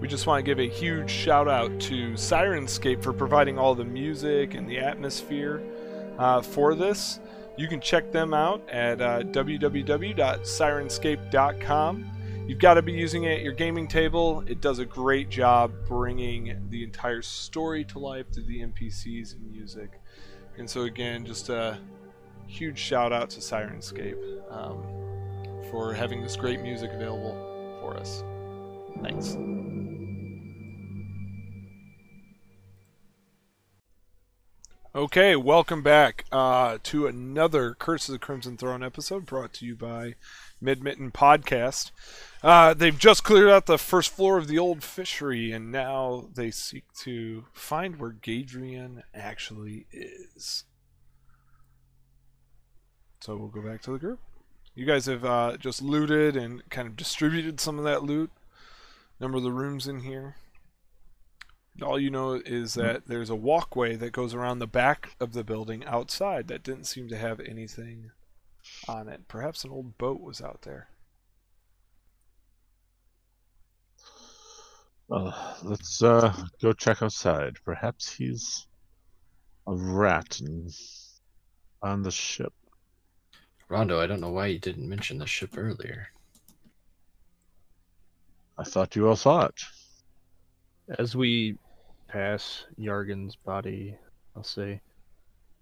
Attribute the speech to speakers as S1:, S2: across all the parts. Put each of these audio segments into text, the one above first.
S1: We just want to give a huge shout out to Sirenscape for providing all the music and the atmosphere uh, for this. You can check them out at uh, www.sirenscape.com. You've got to be using it at your gaming table. It does a great job bringing the entire story to life through the NPCs and music. And so, again, just a huge shout out to Sirenscape um, for having this great music available for us. Thanks. Okay, welcome back uh, to another Curse of the Crimson Throne episode brought to you by Midmitten Podcast. Uh, they've just cleared out the first floor of the old fishery, and now they seek to find where Gadrian actually is. So we'll go back to the group. You guys have uh, just looted and kind of distributed some of that loot. Number of the rooms in here. All you know is that there's a walkway that goes around the back of the building outside that didn't seem to have anything on it. Perhaps an old boat was out there.
S2: Well, let's uh, go check outside. Perhaps he's a rat and on the ship.
S3: Rondo, I don't know why you didn't mention the ship earlier.
S2: I thought you all saw it.
S4: As we pass Yargan's body, I'll say,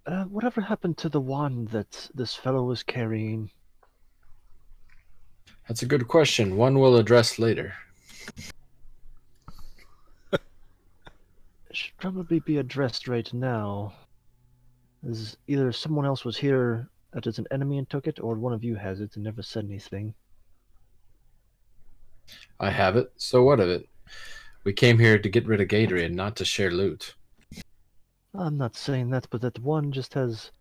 S4: uh, whatever happened to the wand that this fellow was carrying?
S3: That's a good question. One we'll address later.
S4: It should probably be addressed right now. As either someone else was here that is an enemy and took it, or one of you has it and never said anything.
S3: I have it, so what of it? We came here to get rid of Gadrian, not to share loot.
S4: I'm not saying that, but that one just has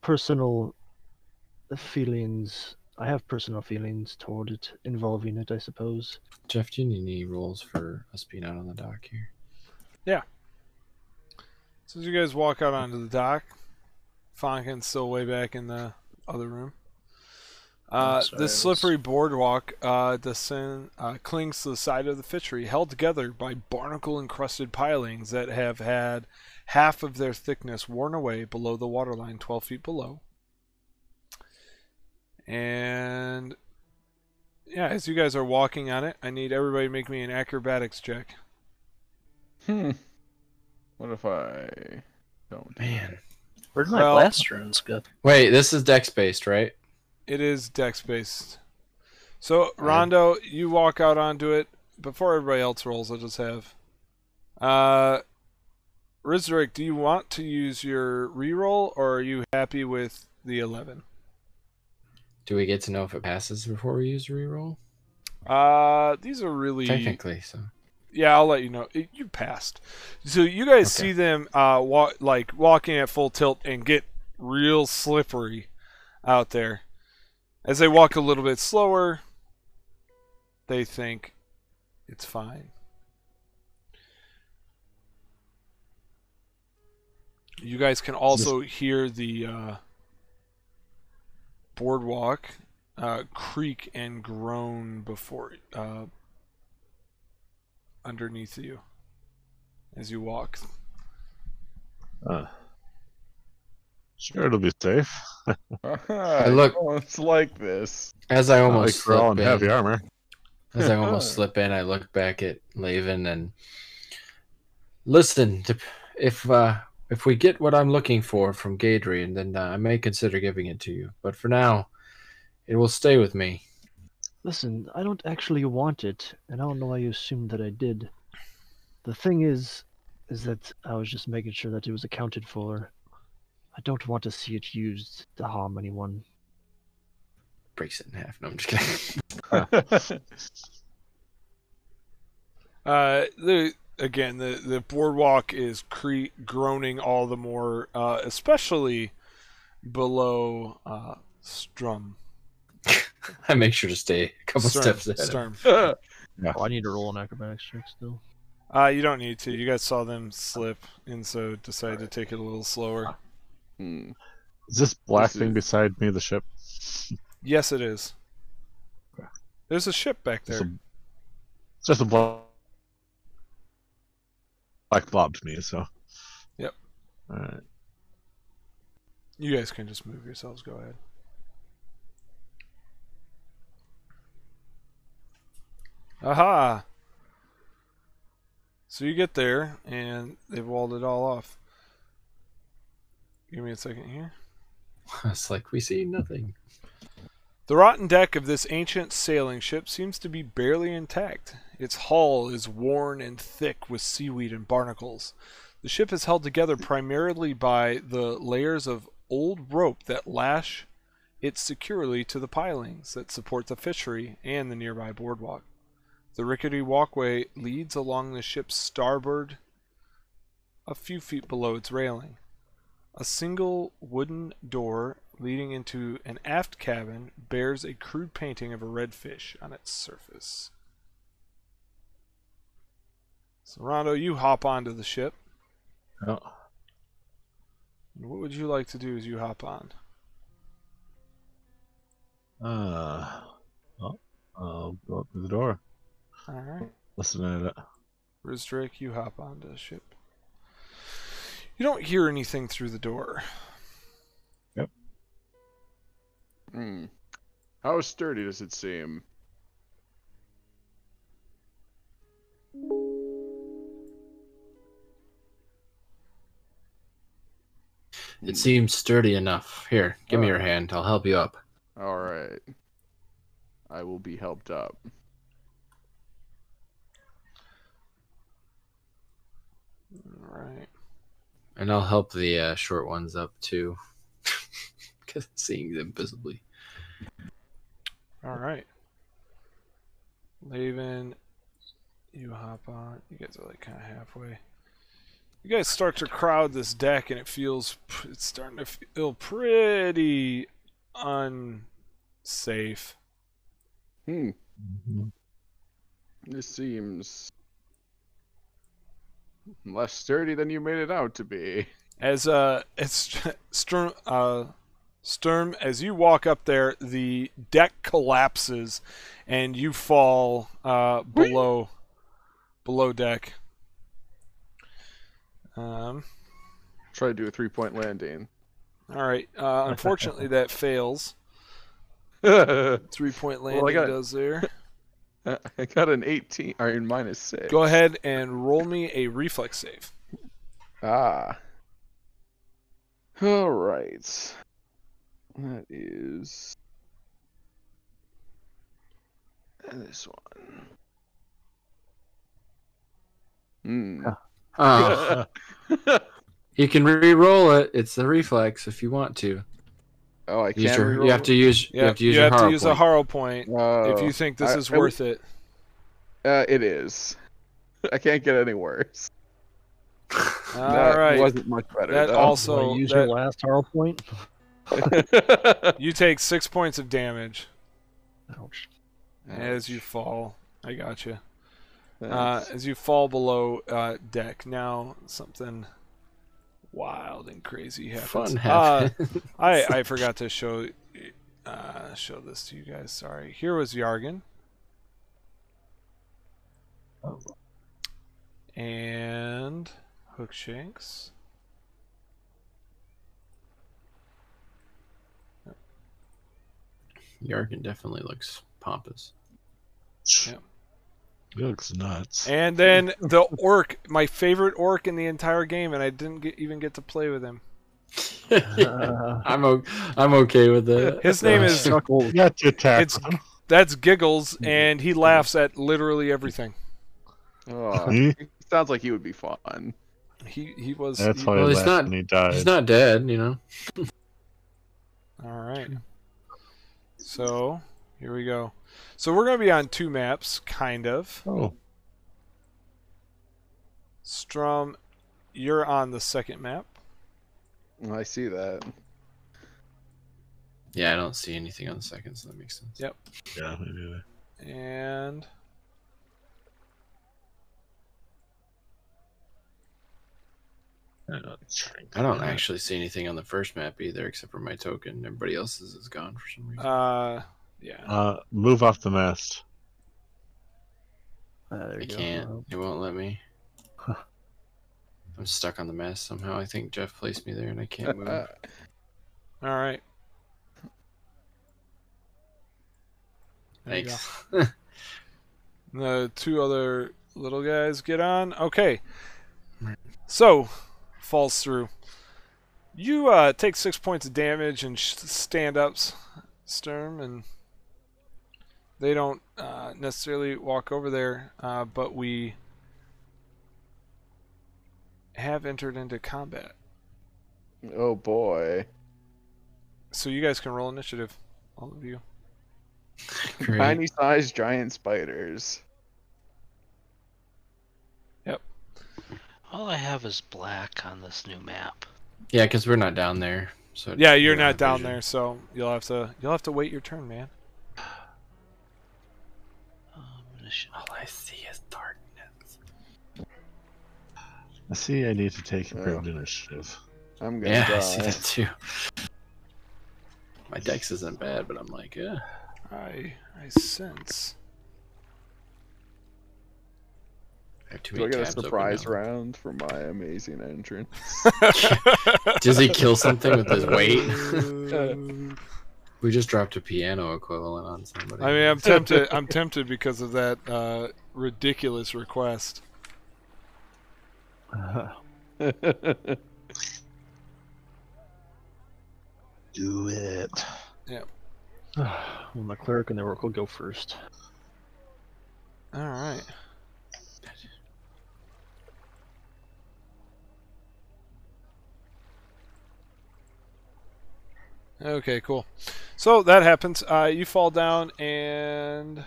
S4: personal feelings. I have personal feelings toward it, involving it, I suppose.
S3: Jeff, do you need any rules for us being out on the dock here?
S1: So as you guys walk out onto the dock, Fonkin's still way back in the other room. Uh,
S4: sorry,
S1: this
S4: I was-
S1: slippery boardwalk uh, descend, uh, clings to the side of the fishery, held together by barnacle-encrusted pilings that have had half of their thickness worn away below the waterline, 12 feet below. And yeah, as you guys are walking on it, I need everybody to make me an acrobatics check.
S5: Hmm. What if I don't?
S6: Man, where'd my
S1: Well-
S6: last runes go?
S3: Wait, this is dex based, right?
S1: It is dex based. So Rondo, you walk out onto it before everybody else rolls. I'll just have. Uh, Rizric, do you want to use your reroll, or are you happy with the eleven?
S3: Do we get to know if it passes before we use reroll?
S1: Uh, these are really
S3: Technically, so.
S1: Yeah, I'll let you know. It- you passed. So you guys
S3: Okay.
S1: see them uh walk like walking at full tilt and get real slippery out there. As they walk a little bit slower, they think it's fine. You guys can also hear the uh, boardwalk uh, creak and groan before uh, underneath you as you walk.
S2: Uh, sure, it'll be safe.
S5: I
S3: look-
S5: Oh, it's like this.
S3: As I
S2: Not
S3: almost
S2: like we're all
S3: slip
S2: in
S3: in,
S2: heavy armor.
S3: as I almost slip in, I look back at Laven and listen. To, if uh, if we get what I'm looking for from Gadrian, then uh, I may consider giving it to you. But for now, it will stay with me.
S4: Listen, I don't actually want it, and I don't know why you assumed that I did. The thing is, is that I was just making sure that it was accounted for. I don't want to see it used to harm anyone.
S3: Breaks it in half. No, I'm just kidding.
S1: Uh, the again the the boardwalk is cre- groaning all the more, uh, especially below uh, Strum.
S3: I make sure to stay a couple
S1: Strum.
S3: steps ahead.
S1: Strum.
S3: of-
S4: Oh, I need to roll an acrobatics check still.
S1: Uh, you don't need to. You guys saw them slip, and so decided to take it a little
S3: Ah.
S1: slower.
S5: Hmm.
S2: Is this black
S5: This
S2: thing
S5: is-
S2: beside me the ship?
S1: Yes, it is. There's a ship back
S2: It's, a,
S1: there.
S2: it's just a black Black lobbed me, so.
S1: Yep.
S2: Alright.
S1: You guys can just move yourselves. Go ahead. Aha! So you get there, and they've walled it all off. Give me a second here.
S3: it's like we see nothing.
S1: The rotten deck of this ancient sailing ship seems to be barely intact. Its hull is worn and thick with seaweed and barnacles. The ship is held together primarily by the layers of old rope that lash it securely to the pilings that support the fishery and the nearby boardwalk. The rickety walkway leads along the ship's starboard a few feet below its railing. A single wooden door leading into an aft cabin bears a crude painting of a redfish on its surface. So, Rondo, you hop onto the ship.
S2: Oh,
S1: What would you like to do as you hop on?
S2: uh, oh, I'll go up to the door.
S1: Alright.
S2: Listen to it.
S1: Rizdrick, you hop onto the ship. You don't hear anything through the door.
S5: Hmm. How sturdy does it seem?
S3: It seems sturdy enough. Here, give me your
S5: Alright.
S3: hand. I'll help you up.
S5: All right. I will be helped up.
S1: Alright.
S3: And I'll help the uh, short ones up too. Because seeing them visibly.
S1: Alright. Laven, you hop on. You guys are like kind of halfway. You guys start to crowd this deck, and it feels p- it's starting to feel pretty unsafe.
S5: Hmm.
S2: Mhm.
S5: This seems less sturdy than you made it out to be.
S1: As uh, as Sturm, uh, Sturm, as you walk up there, the deck collapses, and you fall uh, below below deck. Um,
S5: Try to do a three point landing.
S1: All right. Uh, unfortunately, that fails.
S5: I
S1: Three point landing
S5: Well, I got-
S1: does there.
S5: got an 18, or in minus six.
S1: Go ahead and roll me a reflex save.
S5: Ah. All right. That is and this one. Hmm.
S3: Oh, you can re-roll it. It's a reflex if you want to.
S5: oh, I
S3: Use
S5: can't.
S3: your, you have to use.
S1: Yep,
S3: You have to use your horror
S1: a
S3: point.
S1: horror point if you think this
S5: I-
S1: is
S5: I w-
S1: worth it.
S5: uh, it is. I can't get any worse.
S1: All
S5: that
S1: right.
S5: wasn't much better.
S1: That
S5: though.
S1: also-
S4: Wanna
S1: So
S4: use
S1: that-
S4: your last horror point.
S1: You take six points of damage
S4: Ouch.
S1: as you fall. I got you. Uh,
S5: Thanks.
S1: as you fall below uh, deck, now something wild and crazy happens.
S3: Fun
S1: Uh,
S3: happen.
S1: I I forgot to show uh, show this to you guys. Sorry. Here was Yargan.
S2: Oh.
S1: And Hookshanks.
S3: Yarkin definitely looks pompous.
S1: Yep.
S2: He looks nuts.
S1: And then the orc, my favorite orc in the entire game, and I didn't get, even get to play with him.
S4: Uh,
S3: I'm o- I'm okay with that.
S1: His name
S3: Uh,
S1: is
S4: chuckle.
S2: Not to attack.
S1: It's- that's Giggles, and he laughs at literally everything.
S5: Oh,
S2: Hmm?
S5: sounds like he would be fun.
S1: He he was
S2: That's
S1: he-
S2: why
S3: Well,
S2: he
S3: he's
S2: left
S3: not-
S2: and he died.
S3: He's not dead, you know.
S1: All right. So here we go. So we're gonna be on two maps, kind of.
S2: Oh,
S1: Strum, you're on the second map.
S5: I see that.
S3: Yeah, I don't see anything on the second, so that makes sense.
S1: Yep.
S2: yeah, maybe. they-
S1: And
S2: I don't know, it's shrink.
S3: I don't actually see anything on the first map either, except for my token. Everybody else's is gone for some reason.
S1: uh, yeah.
S2: Uh, move off the mast.
S4: Ah, there
S3: I
S4: you go.
S3: can't. It won't let me. I'm stuck on the mess somehow. I think Jeff placed me there and I
S5: Uh,
S3: can't move.
S1: All right. There you go.
S3: Thanks.
S1: The two other little guys get on. Okay. So, falls through. You uh, take six points of damage and sh- stand ups, Sturm, and they don't uh, necessarily walk over there, uh, but we have entered into combat.
S5: oh boy.
S1: So, you guys can roll initiative, all of you.
S3: Great.
S5: Tiny sized giant spiders.
S6: All I have is black on this new map.
S3: Yeah, because we're not down there. So
S1: Yeah, you're
S3: we don't
S1: not
S3: have
S1: down
S3: vision.
S1: there, so you'll have to you'll have to wait your turn, man.
S6: Um, initi-
S3: All I see is darkness.
S2: I see I need to take
S5: Oh.
S2: improved initiative.
S5: I'm gonna
S3: Yeah,
S5: die.
S3: I see that too. My dex isn't bad, but I'm like, eh.
S1: I I sense.
S3: I have too
S5: Do I
S3: many
S5: get a
S3: tabs open
S5: surprise
S3: now.
S5: round for my amazing entrance?
S3: Does he kill something with his weight?
S1: Uh,
S3: we just dropped a piano equivalent on somebody.
S1: I mean, I'm tempted. I'm tempted because of that uh, ridiculous request.
S2: Do it.
S4: well, my cleric and the oracle go first.
S1: All right. Okay, cool. So that happens. Uh, you fall down and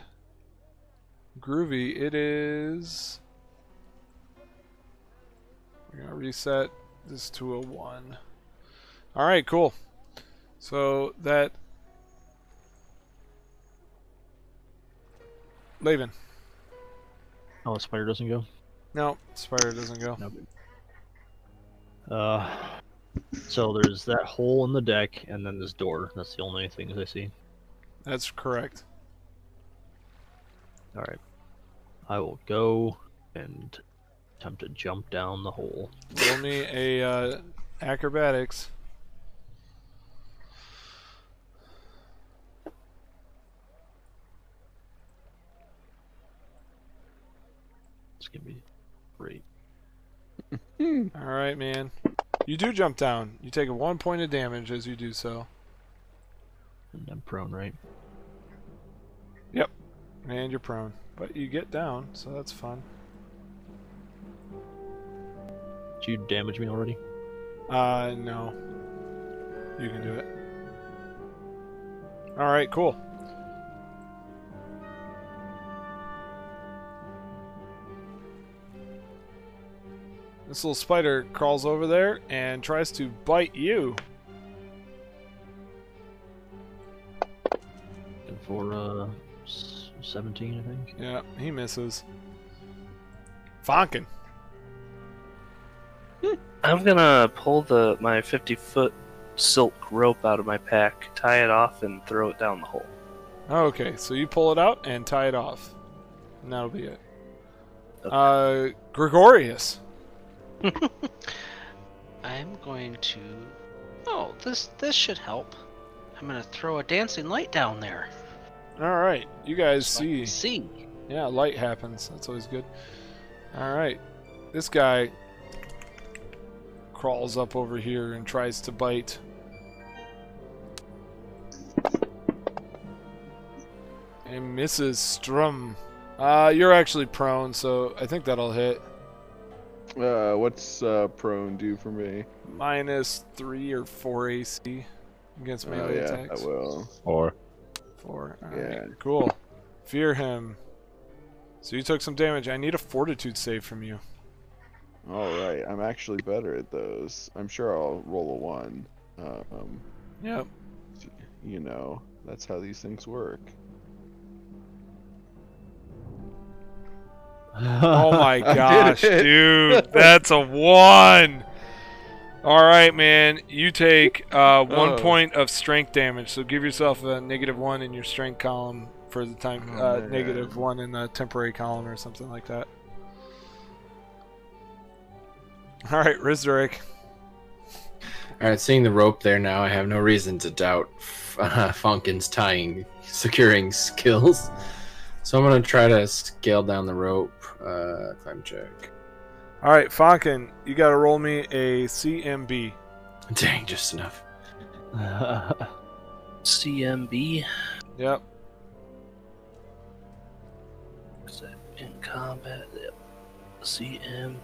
S1: groovy. It is. We're gonna reset this to a one. All right, cool. So that. Laven.
S4: Oh, the spider doesn't go.
S1: No, spider doesn't go.
S4: Uh, so there's that hole in the deck, and then this door. That's the only things I see.
S1: That's correct.
S4: All right, I will go and attempt to jump down the hole.
S1: Roll me a uh, acrobatics.
S4: It's gonna be great.
S5: Hmm.
S1: All right, man. You do jump down. You take one point of damage as you do so,
S4: And I'm prone, right?
S1: and you're prone. But you get down, so that's fun.
S4: Did you damage me already?
S1: Uh, no. You can do it. All right, cool. This little spider crawls over there and tries to bite you.
S4: And for uh, s- 17, I think.
S1: Yeah, he misses. Fonkin.
S7: I'm gonna pull the my 50 foot silk rope out of my pack, tie it off, and throw it down the hole.
S1: Okay, so you pull it out and tie it off. And that'll be it. Uh, Gregorius.
S6: I'm going to. Oh, this this should help. I'm gonna throw a dancing light down there.
S1: All right, you guys
S6: so I can
S1: see.
S6: See.
S1: Yeah, light happens. That's always good. All right, this guy crawls up over here and tries to bite. And misses Strum. Uh, you're actually prone, so I think that'll hit.
S5: uh, what's uh, prone do for me?
S1: Minus three or four AC against melee
S5: oh yeah,
S1: attacks.
S5: I will.
S2: Or
S1: Four. All
S5: Yeah.
S1: right, Cool. Fear him. So you took some damage. I need a fortitude save from you.
S5: All right, I'm actually better at those. I'm sure I'll roll a one. Um,
S1: Yep.
S5: you know, that's how these things work.
S1: Oh my
S5: I did
S1: gosh,
S5: it.
S1: dude. That's a one. All right, man. You take uh, one
S5: Oh.
S1: point of strength damage. So give yourself a negative one in your strength column for the time,
S5: Oh,
S1: uh,
S5: man.
S1: negative one in the temporary column or something like that. All right, Rizderic.
S3: All right, seeing the rope there now, I have no reason to doubt uh, Funkin's tying, securing skills. So I'm gonna try to scale down the rope. Uh, climb check.
S1: All right, Fonkin, you got to roll me a CMB.
S3: Dang, just enough.
S7: CMB.
S1: Yep.
S7: Is that in combat? Yep. CM.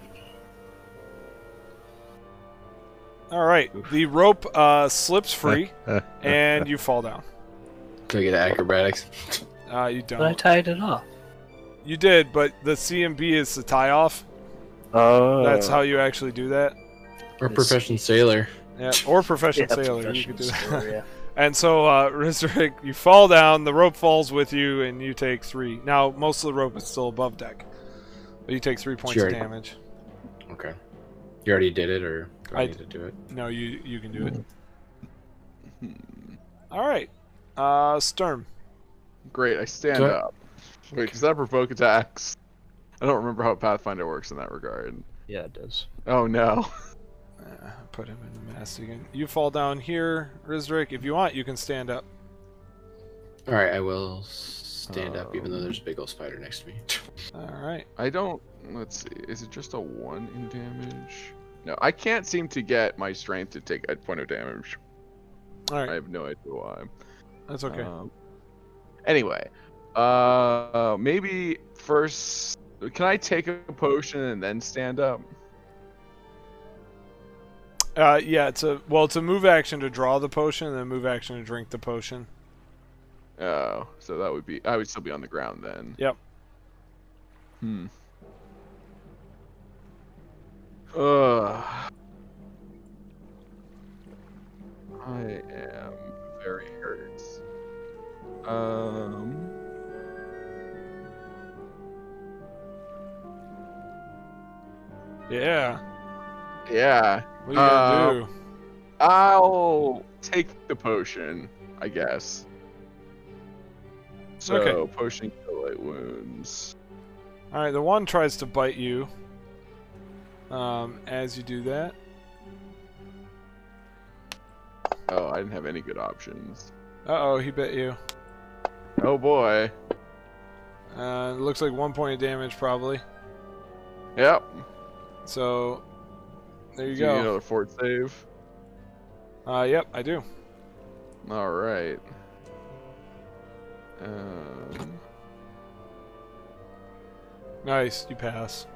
S1: All right, the rope uh, slips free and you fall down.
S3: Can I get acrobatics?
S1: Uh, you
S7: But I
S1: don't.
S7: tied it off.
S1: You did, but the CMB is the tie off.
S7: Oh.
S5: Uh,
S1: That's how you actually do that.
S3: Or
S7: Let's
S3: profession sailor?
S1: Yeah, or professional
S7: Yeah,
S1: sailor. you
S7: professional
S1: could do that.
S7: sailor, yeah.
S1: And so, uh, Rizderic, you fall down, the rope falls with you, and you take three. Now, most of the rope is still above deck. But you take three points
S3: Sure.
S1: of damage.
S3: Okay. You already did it, or do I,
S1: I-
S3: need to do it?
S1: No, you you can do
S7: Mm.
S1: it.
S5: hmm.
S1: All right. Uh, Sturm.
S5: Great, I stand
S3: Do I-
S5: up. Wait, does that provoke attacks? I don't remember how Pathfinder works in that regard.
S4: yeah, it does.
S5: Oh no.
S1: Uh, put him in the mast again. You fall down here, Rizderic. If you want, you can stand up.
S3: All right, I will stand up, even though
S5: Um,
S3: there's a big old spider next to me.
S1: All right.
S5: I don't. Let's see. Is it just a one in damage? No, I can't seem to get my strength to take a point of damage.
S1: All right.
S5: I have no idea why.
S1: That's okay.
S5: Um, anyway, uh, maybe first. Can I take a potion and then stand up?
S1: Uh, yeah, it's a well, it's a move action to draw the potion, and then move action to drink the potion.
S5: Oh, so that would be. I would still be on the ground then.
S1: Yep.
S5: Hmm. Ugh. I am very hurt. Um.
S1: Yeah.
S5: Yeah.
S1: What are you gonna
S5: Uh,
S1: do?
S5: I'll take the potion, I guess. So
S1: Okay.
S5: potion kill eight wounds.
S1: All right, the one tries to bite you. Um, as you do that,
S5: Oh, I didn't have any good options.
S1: uh oh, he bit you.
S5: Oh boy.
S1: Uh, looks like one point of damage probably.
S5: Yep.
S1: So there you
S5: Do need
S1: go.
S5: another fort save.
S1: Uh, yep, I do.
S5: All right. Um.
S1: Nice, you pass.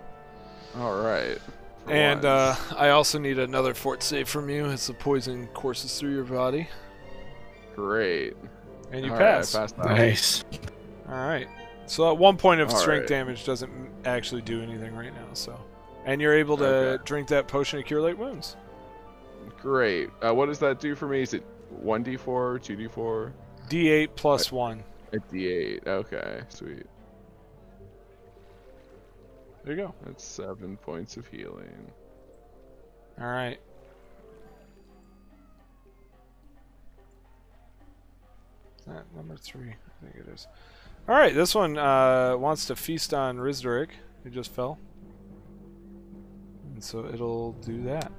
S5: All right. For
S1: And uh,
S5: once.
S1: I also need another fort save from you as the poison courses through your body,
S5: great.
S1: and you
S5: All right, I
S1: pass.
S5: passed that.
S3: nice.
S1: All right. So that one point of
S5: All
S1: strength
S5: right.
S1: damage doesn't actually do anything right now. So, and you're able to
S5: Okay.
S1: drink that potion to cure light wounds.
S5: Great. Uh, what does that do for me? Is it one d four, two d four,
S1: D8 plus one.
S5: a d eight? Okay, sweet.
S1: There you go.
S5: That's seven points of healing.
S1: All right. Is That number three, I think it is. All right, this one uh, wants to feast on Rizderic, who just fell, and so it'll do that.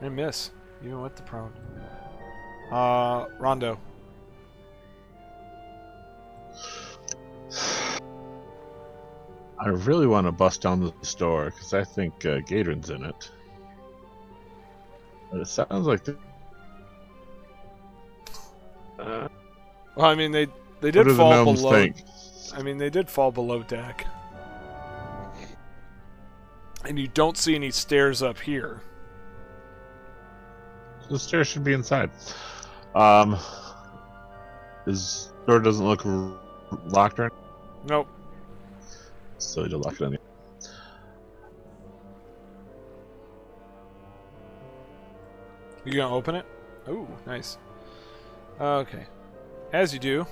S1: And miss, even with the prone. Uh, Rondo.
S2: I really want to bust down this door because I think uh, Gadrin's in it. But it sounds like they
S1: Well, I mean, they they
S2: what
S1: did
S2: do the
S1: fall
S2: gnomes
S1: below.
S2: think?
S1: I mean, they did fall below deck. And you don't see any stairs up here.
S2: The stairs should be inside. Um, this door doesn't look r- locked or
S1: Nope.
S2: so they just lock it on the.
S1: You gonna open it? Ooh, nice. Okay. As you do,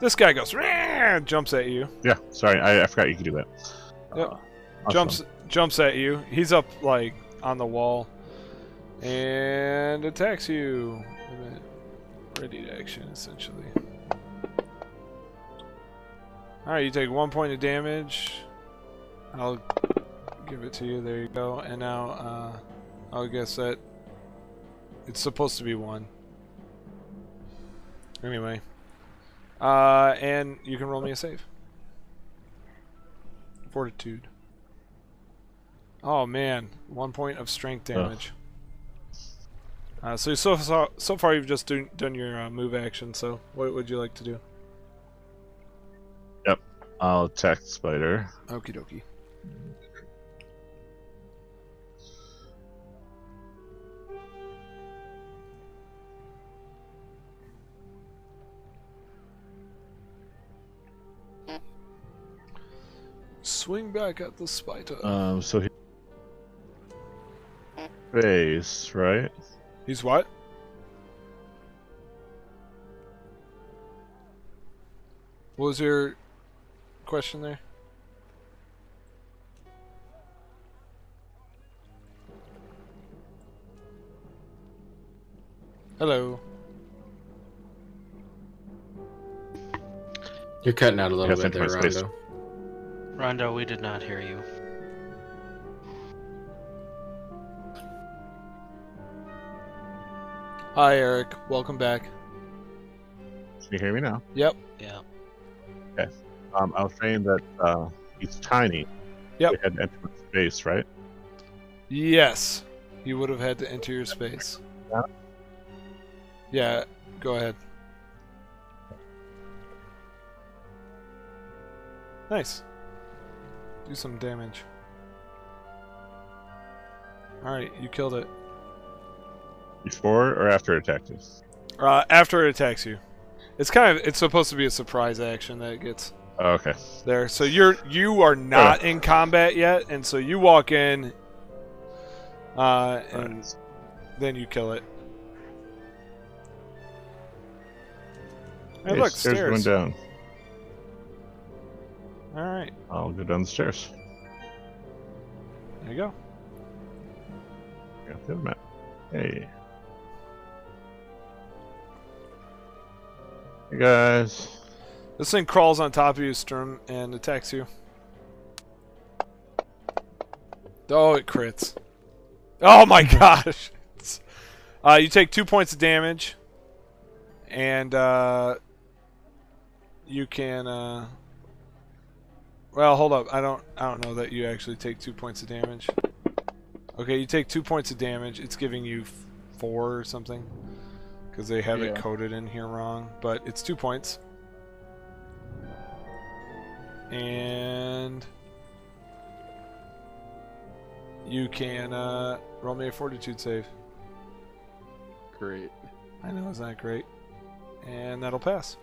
S1: this guy goes, "Rah!" jumps at you,
S2: Yeah, sorry, I, I forgot you could do that.
S1: Yep.
S7: Uh,
S2: awesome.
S1: jumps, jumps at you. He's up like on the wall, and attacks you with a ready action, essentially. All right, you take one point of damage. I'll give it to you. There you go. And now, uh, I'll guess that it's supposed to be one. Anyway, uh, and you can roll me a save. Fortitude. Oh man, one point of strength
S2: Ugh.
S1: damage. Uh, so so far, so far you've just do, done your uh, move action. So what would you like to do?
S2: I'll attack the spider.
S1: Okie dokie. Swing back at the spider.
S2: Um, so he. Face, right?
S1: He's what? What was your question there? Hello.
S3: You're cutting out a little
S2: Yeah,
S3: bit there,
S2: think my space.
S3: Rondo.
S6: Rondo, we did not hear you.
S1: Hi, Eric. Welcome back.
S2: Can you hear me now?
S1: Yep.
S6: Yeah.
S2: Um, I was saying that uh, he's tiny.
S1: Yep.
S2: We had to enter his space, right?
S1: Yes. You would have had to enter your space.
S2: Yeah.
S1: Yeah, go ahead. Nice. Do some damage. Alright, you killed it.
S2: Before or after attacking?
S1: Uh, after it attacks you. It's kind of it's supposed to be a surprise action that it gets
S2: Okay.
S1: there. So you're you are not in combat yet, and so you walk in uh, and
S2: Alright.
S1: then you kill it. Hey,
S2: Hey,
S1: look,
S2: stairs going
S1: stairs.
S2: down.
S1: All right,
S2: I'll go down the stairs.
S1: there you go.
S2: Yeah, the other map. Hey. Hey guys.
S1: This thing crawls on top of you, Sturm, and attacks you. Oh, it crits. Oh my gosh! It's- Uh, you take two points of damage, and uh, you can. Uh, well, hold up. I don't. I don't know that you actually take two points of damage. Okay, you take two points of damage. It's giving you f- four or something because they have it
S5: Yeah.
S1: coded in here wrong, but it's two points. and you can uh, roll me a fortitude save.
S5: Great.
S1: I know, isn't that great? And that'll pass.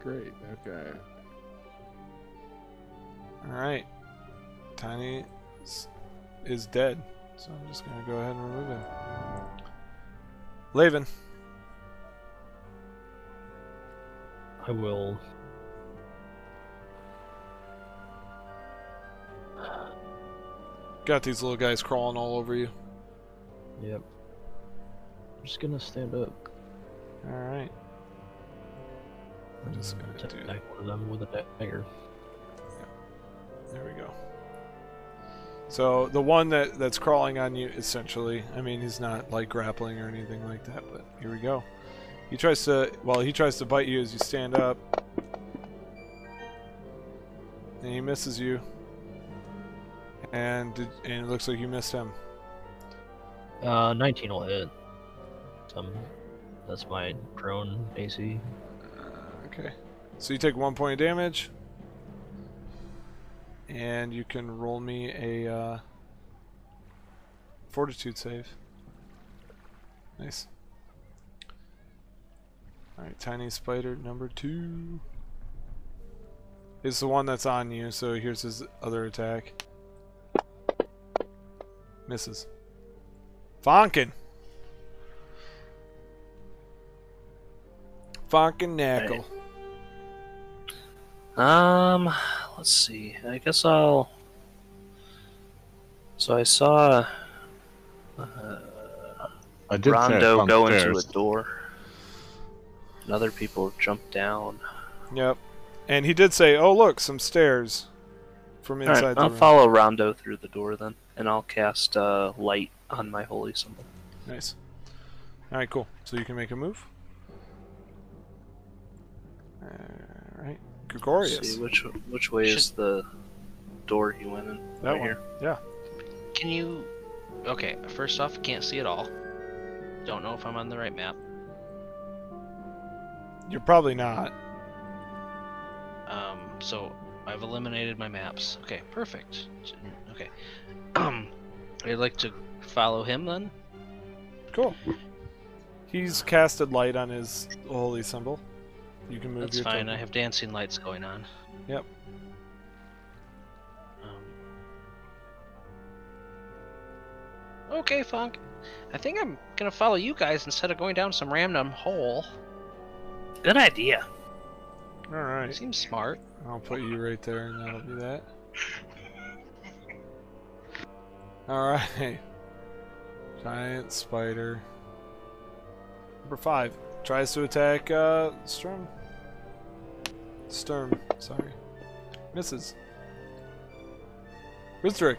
S5: Great. Okay.
S1: All right, Tiny is, is dead, so I'm just gonna go ahead and remove him. Laven,
S4: I will.
S1: got these little guys crawling all over you.
S4: Yep. I'm just gonna stand up.
S1: All right, I'm just gonna
S4: Attack
S1: do
S4: one of them with a dagger.
S1: There we go. So the one that that's crawling on you, essentially. I mean, he's not like grappling or anything like that. But here we go. He tries to. Well, he tries to bite you as you stand up, and he misses you. And did, and it looks like you missed him.
S4: Uh, 19 will hit. Um, that's my prone AC.
S1: Uh, okay. So you take one point of damage, and you can roll me a uh, fortitude save. Nice. All right, tiny spider number two is the one that's on you. So here's his other attack. Misses. Fonkin. Fonkin knackle.
S7: Um, let's see. I guess I'll. So I saw
S2: I did say I
S7: Rondo
S2: found
S7: go into a
S2: stairs.
S7: door, and other people jump down.
S1: Yep. And he did say, "Oh, look, some stairs from
S7: All
S1: inside
S7: right,
S1: the
S7: I'll
S1: room.
S7: follow Rondo through the door then, and I'll cast uh, light on my holy symbol.
S1: Nice. All right, cool. So you can make a move. All right, Gregorius.
S7: See which which way is the door he went in?
S1: That one.
S7: right here.
S6: Can you? Okay, first off, can't see it all. Don't know if I'm on the right map.
S1: You're probably not.
S6: Um, so I've eliminated my maps. Okay, perfect. Okay. Um, I'd like to follow him then.
S1: Cool. He's casted light on his holy symbol. You can move
S6: That's
S1: your
S6: fine.
S1: token.
S6: I have dancing lights going on.
S1: Yep.
S6: Um, okay, Funk. I think I'm gonna follow you guys instead of going down some random hole.
S7: Good idea.
S1: All right.
S6: Seems smart.
S1: I'll put you right there, and that'll be that. All right. Giant spider. Number five tries to attack uh, Sturm. Sturm, sorry, misses. Rizdrick.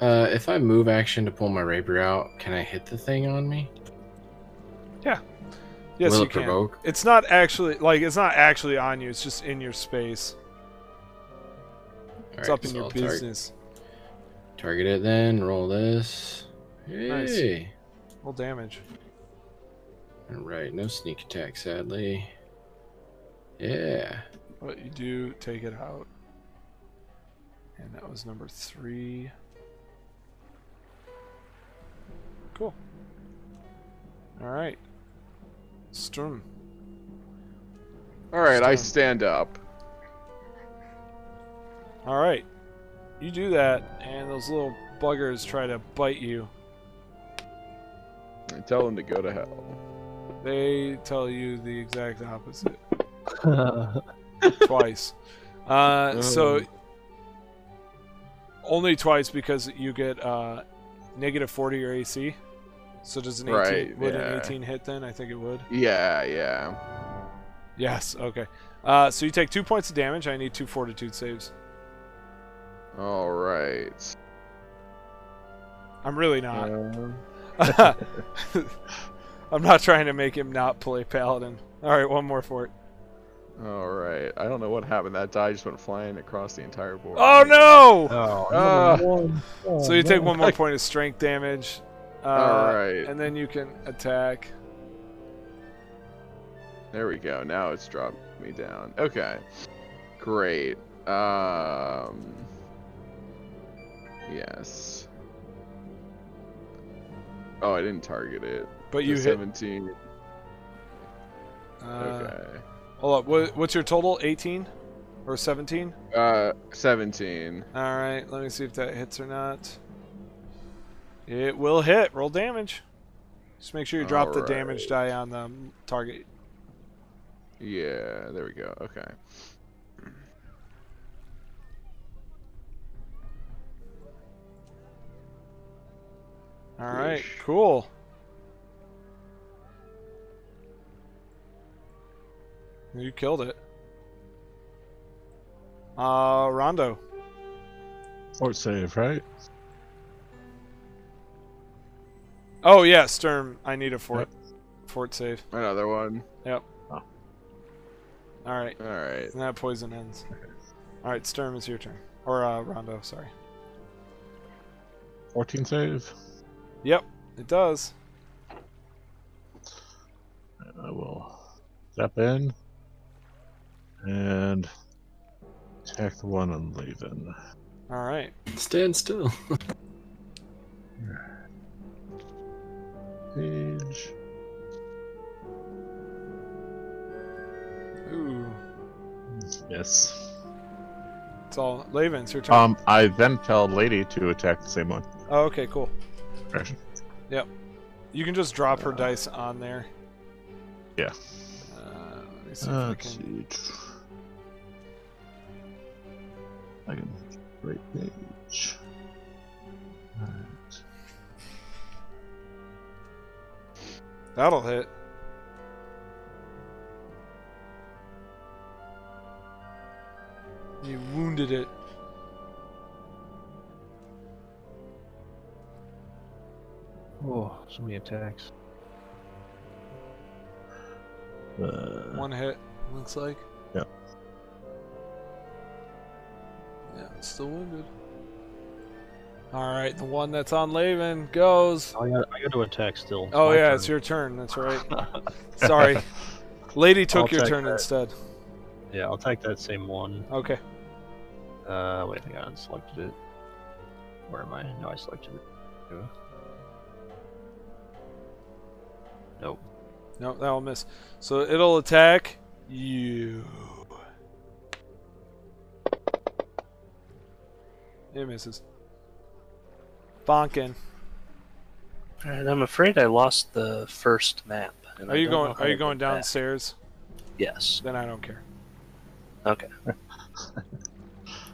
S3: Uh, if I move action to pull my rapier out, can I hit the thing on me?
S1: Yes,
S3: Will
S1: you
S3: it
S1: can.
S3: provoke?
S1: It's not actually like it's not actually on you. It's just in your space. It's
S3: Alright,
S1: up in
S3: so
S1: your
S3: I'll tar-
S1: business.
S3: target it then. Roll this. Hey.
S1: Nice. Well, damage.
S3: All right, no sneak attack, sadly. Yeah.
S1: But you do take it out. And that was number three. Cool. Alright. Sturm.
S5: All right, I
S1: Stunned.
S5: stand up.
S1: Alright. You do that, and those little buggers try to bite you.
S5: I tell him to go to hell.
S1: They tell you the exact opposite.
S4: Oh,
S1: Twice. Uh, so.
S5: Oh.
S1: Only twice because you get uh, negative 40 your AC. So does an 18
S5: Right,
S1: would
S5: yeah.
S1: an 18 hit then? I think it would.
S5: Yeah, yeah.
S1: Yes. Okay. Uh, so you take two points of damage. I need two fortitude saves.
S5: All right.
S1: I'm really not.
S5: Um,
S1: I'm not trying to make him not play paladin. All right, one more fort.
S5: all right. I don't know what happened. That die just went flying across the entire board.
S1: Oh no!
S2: Oh,
S5: Ah,
S1: So you take one more point of strength damage. Uh,
S5: all right.
S1: And then you can attack.
S5: There we go. Now it's dropped me down. Okay. Great. Um. Yes. Oh, I didn't target it.
S1: But you
S5: The
S1: hit.
S5: 17.
S1: Uh,
S5: okay.
S1: Hold up. What, what's your total? 18 or 17?
S5: Uh, 17.
S1: All right. Let me see if that hits or not. It will hit. Roll damage. Just make sure you drop the
S5: All
S1: damage die on the target.
S5: Yeah, there we go. Okay.
S1: All right,
S5: Yeesh.
S1: cool. You killed it. Uh, Rondo.
S2: Fort save, right?
S1: Oh yeah, Sturm. I need a fort. Fort save.
S5: Another one.
S1: All right,
S5: All right.
S1: and that poison ends. All right, Sturm, it's your turn. Or uh, Rondo, sorry.
S2: 14 save.
S1: Yep, it does.
S2: I will step in and attack the one I'm leaving.
S1: All right.
S3: Stand still.
S2: Page.
S1: Ooh,
S2: Yes.
S1: it's all Laven. It's your turn.
S2: Um, I then tell Lady to attack the same one.
S1: oh, okay, cool.
S2: Action.
S1: You can just drop her dice on there.
S2: Yeah. Ah,
S1: Uh, let me see if I
S2: Let's
S1: can.
S2: see. I can break page. Alright.
S1: That'll hit. You wounded it.
S4: Oh, so many attacks.
S2: Uh,
S1: One hit, looks like.
S2: Yep.
S1: Yeah, it's still wounded. Alright, the one that's on Laven goes.
S4: I got, I got to attack still.
S1: Oh,
S4: My
S1: yeah,
S4: turn.
S1: it's your turn. That's right. Sorry. Lady took
S4: I'll
S1: your
S4: take
S1: turn
S4: that.
S1: instead.
S4: Yeah, I'll take that same one.
S1: Okay.
S4: Uh, wait, I think I unselected it. Where am I? No, I selected it. Yeah. Nope.
S1: No, that'll miss. So it'll attack you. It misses. Bonkin.
S7: Alright, I'm afraid I lost the first map. and
S1: Are
S7: I
S1: you
S7: don't know
S1: going
S7: how
S1: are
S7: to
S1: you
S7: get
S1: going
S7: back.
S1: downstairs?
S7: Yes.
S1: Then I don't care.
S7: Okay.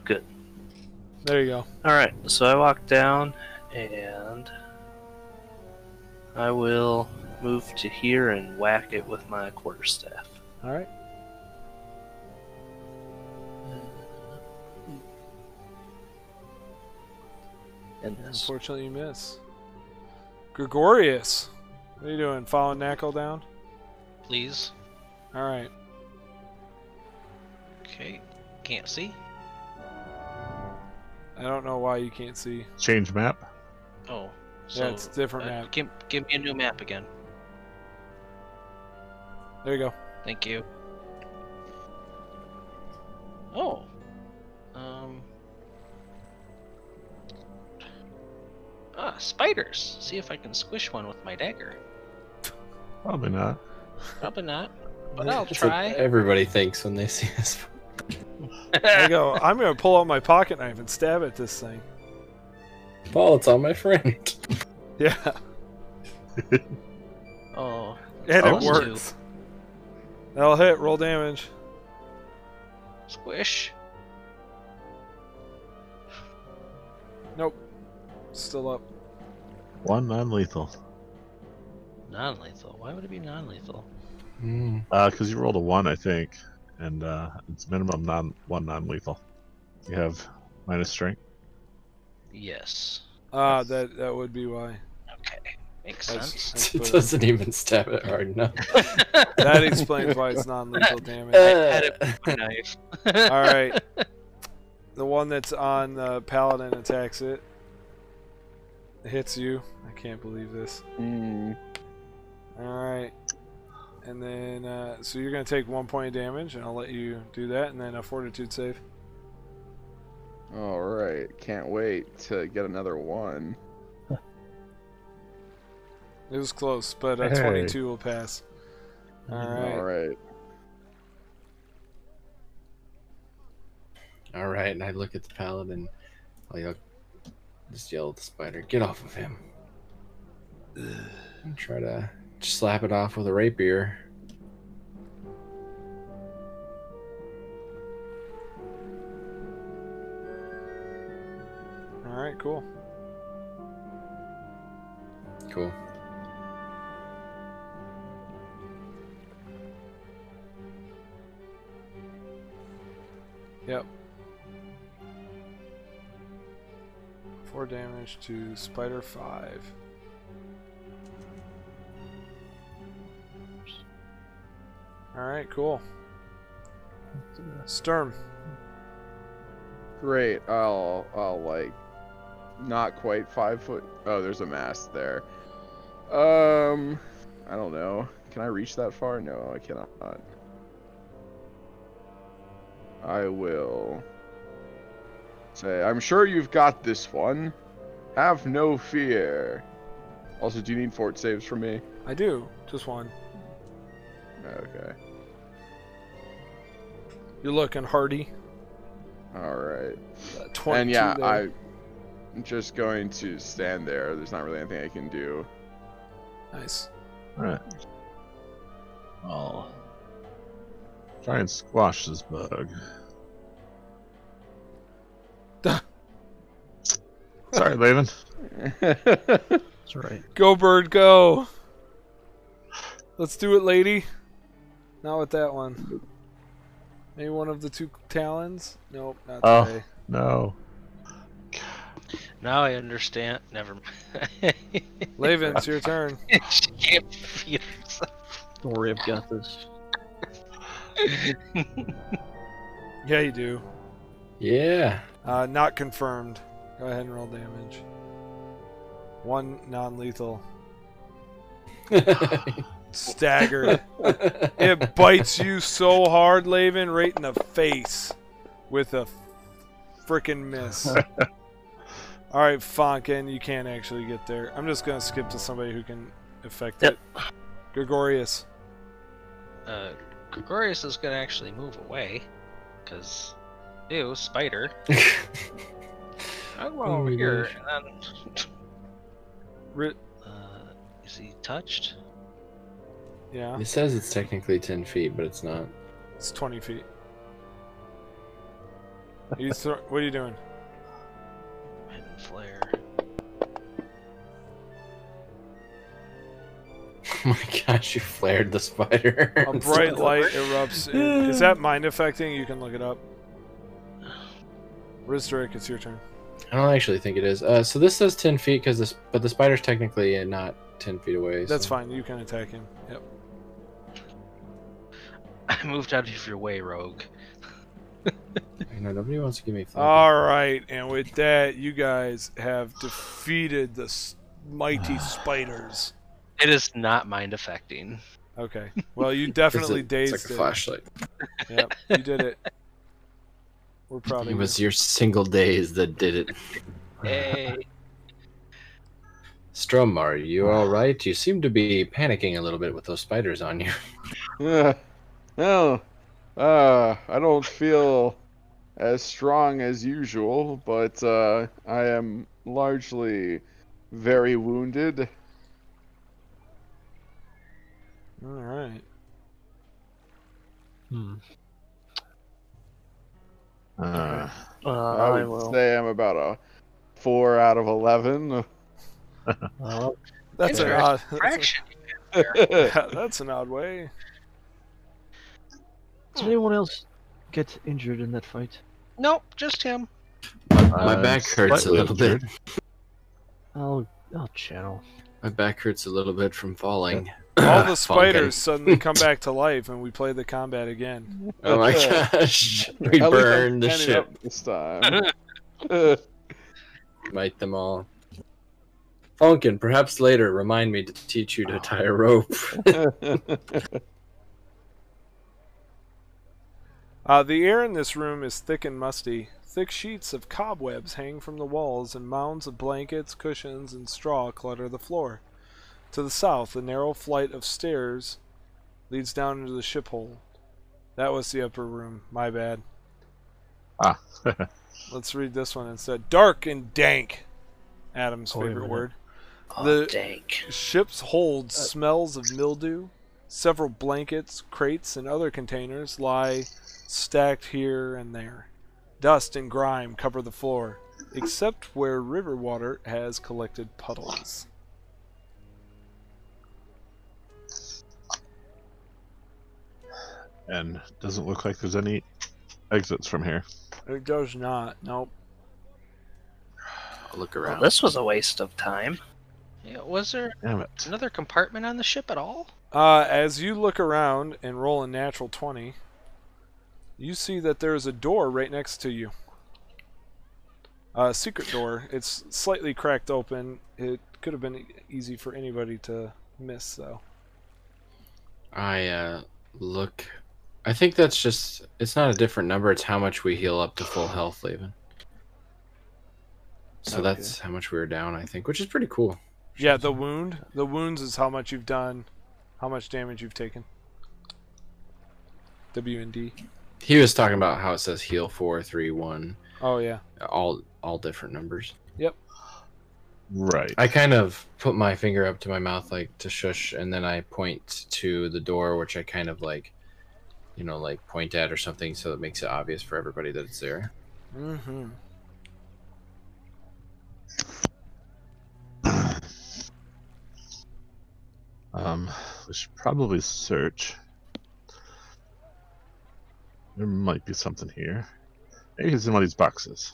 S7: Good.
S1: There you go.
S7: Alright, so I walk down and I will move to here and whack it with my quarterstaff.
S1: Alright.
S7: And this.
S1: Unfortunately you miss. Gregorius. What are you doing? Following Knackle down?
S6: Please.
S1: Alright.
S6: Okay. Can't see.
S1: I don't know why you can't see.
S2: change map.
S6: Oh. So,
S1: Yeah, it's a different
S6: uh,
S1: map.
S6: Give, give me a new map again.
S1: There you go.
S6: Thank you. Oh. Um. Ah, spiders. See if I can squish one with my dagger.
S2: Probably not.
S6: Probably not, but I'll
S3: That's what
S6: try.
S3: everybody thinks when they see us.
S1: There you go. I'm gonna pull out my pocket knife and stab at this thing.
S3: Paul, it's on my friend.
S1: Yeah.
S6: Oh,
S1: And it
S6: Those two.
S1: works. That'll hit, roll damage.
S6: squish.
S1: Nope. Still up.
S2: One non-lethal.
S6: Non-lethal. Why would it be non-lethal?
S3: Mm.
S2: Uh, because you rolled a one, I think, and uh, it's minimum non one non-lethal. You have minus strength.
S6: Yes.
S1: Ah, that that would be why.
S6: Okay. Makes
S1: That's-
S6: sense.
S1: that's
S3: It
S1: better.
S3: doesn't even stab it hard enough.
S1: that explains why it's non-lethal damage.
S6: had it knife.
S1: All right. The one that's on the paladin attacks it. It hits you. I can't believe this.
S5: Mm,
S1: All right. And then, uh, so you're gonna take one point of damage, and I'll let you do that, and then a fortitude save.
S5: all right. Can't wait to get another one.
S1: It was close, but uh,
S2: Hey.
S1: 22 will pass. All right.
S5: All right.
S3: All right, and I look at the paladin. I yell- just yell at the spider, "Get off of him!" And try to slap it off with a rapier.
S1: All right. Cool.
S3: Cool.
S1: Yep. Four damage to Spider Five. All right, cool. Sturm.
S5: Great. I'll I'll like not quite five foot. Oh, there's a mast there. Um, I don't know. Can I reach that far? No, I cannot. I will say, I'm sure you've got this one. Have no fear. Also, do you need fort saves from me?
S1: I do just one.
S5: Okay.
S1: You're looking hardy.
S5: All right.
S1: Uh, Twenty.
S5: And yeah,
S1: there.
S5: I'm just going to stand there. There's not really anything I can do.
S1: nice.
S2: All right. I'll try and squash this bug.
S1: Duh.
S2: Sorry, Laven.
S4: That's right.
S1: Go bird, go. Let's do it, lady. Not with that one. Maybe one of the two talons? Nope, not
S2: Oh.
S1: today.
S2: No.
S6: Now I understand. Never mind.
S1: Laven, it's your turn.
S6: she can't feel herself.
S4: Don't worry, I've got this.
S1: Yeah, you do.
S3: Yeah.
S1: Uh, not confirmed. Go ahead and roll damage. One non-lethal. Staggered. it bites you so hard, Laven, right in the face with a freaking miss. All right, Fonkin, you can't actually get there. I'm just gonna skip to somebody who can affect
S4: Yep.
S1: it. Gregorius.
S6: Uh, Gregorius is gonna actually move away, cause ew, spider. I
S3: Oh
S6: go over
S3: my
S6: here,
S3: gosh.
S6: and then
S1: Ri-
S6: uh, is he touched?
S1: yeah,
S3: It says it's technically 10 feet, but it's not.
S1: it's 20 feet. You throw what are you doing?
S6: Hidden flare.
S3: Oh my gosh, you flared the spider.
S1: A bright light erupts. In, is that mind affecting? You can look it up. Rizdrick, it's your turn.
S3: I don't actually think it is. Uh, so this says 10 feet, cause this, but the spider's technically uh, not 10 feet away.
S1: That's
S3: so-
S1: fine. You can attack him. Yep.
S6: I moved out of your way, rogue.
S3: You know, nobody wants to give me five.
S1: All right, and with that, you guys have defeated the s- mighty spiders.
S6: It is not mind affecting.
S1: Okay. Well, you definitely
S3: it's a,
S1: dazed
S3: It's like a
S1: it.
S3: flashlight.
S1: Yep. You did it. We're proud
S3: It
S1: of you.
S3: was your single days that did it.
S6: Hey.
S3: Strum, are you all right? You seem to be panicking a little bit with those spiders on you.
S5: Ugh. no, uh, I don't feel as strong as usual, but uh, I am largely very wounded.
S1: All right.
S4: Hmm.
S2: Uh,
S7: Uh,
S5: I
S7: I
S5: would
S7: will.
S5: say I'm about a four out of eleven.
S4: Uh, Well,
S1: That's an odd.
S6: Interesting.
S1: That's,
S6: Fraction.
S1: a- that's an odd way.
S4: did anyone else get injured in that fight?
S6: Nope, just him.
S3: My
S2: I'm
S3: back hurts a
S2: slightly
S3: little bit.
S2: injured.
S4: I'll I'll channel.
S3: My back hurts a little bit from falling.
S1: All the
S3: Falcon.
S1: spiders suddenly come back to life, and we play the combat again.
S3: Oh my
S5: Uh,
S3: gosh. We
S5: At least I'm
S3: burned the
S5: standing
S3: ship.
S5: up this time. Uh,
S3: Bite them all. Funkin, perhaps later remind me to teach you to tie a rope.
S1: Uh, the air in this room is thick and musty. Thick sheets of cobwebs hang from the walls, and mounds of blankets, cushions, and straw clutter the floor. To the south, a narrow flight of stairs leads down into the ship hold. That was the upper room. My bad.
S2: Ah.
S1: Let's read this one instead. Dark and dank. Adam's
S4: Wait a
S1: favorite
S4: minute.
S1: word.
S7: Oh,
S1: the-
S7: dank.
S1: Ship's hold smells of mildew. Several blankets, crates, and other containers lie stacked here and there. Dust and grime cover the floor, except where river water has collected puddles.
S2: and doesn't look like there's any exits from here.
S1: It does not. Nope.
S3: I'll look
S7: Well,
S3: around.
S7: this was a waste of time.
S6: Yeah, was there
S2: Damn it.
S6: another compartment on the ship at all?
S1: Uh, as you look around and roll a natural 20, you see that there is a door right next to you. A secret door. It's slightly cracked open. It could have been e- easy for anybody to miss, though.
S3: I uh, look. I think that's just. It's not a different number. It's how much we heal up to full health, Laven. So
S5: Okay.
S3: that's how much we were down, I think, which is pretty cool.
S1: Yeah, the wound. The wounds is how much you've done, how much damage you've taken. W and D.
S3: He was talking about how it says heal four, three, one,
S1: Oh yeah.
S3: all all different numbers.
S2: Right.
S3: I kind of put my finger up to my mouth like to shush, and then I point to the door, which I kind of like, you know, like point at or something, so it makes it obvious for everybody that it's there.
S1: Mm-hmm.
S2: Um, we should probably search. There might be something here. Maybe it's in one of these boxes.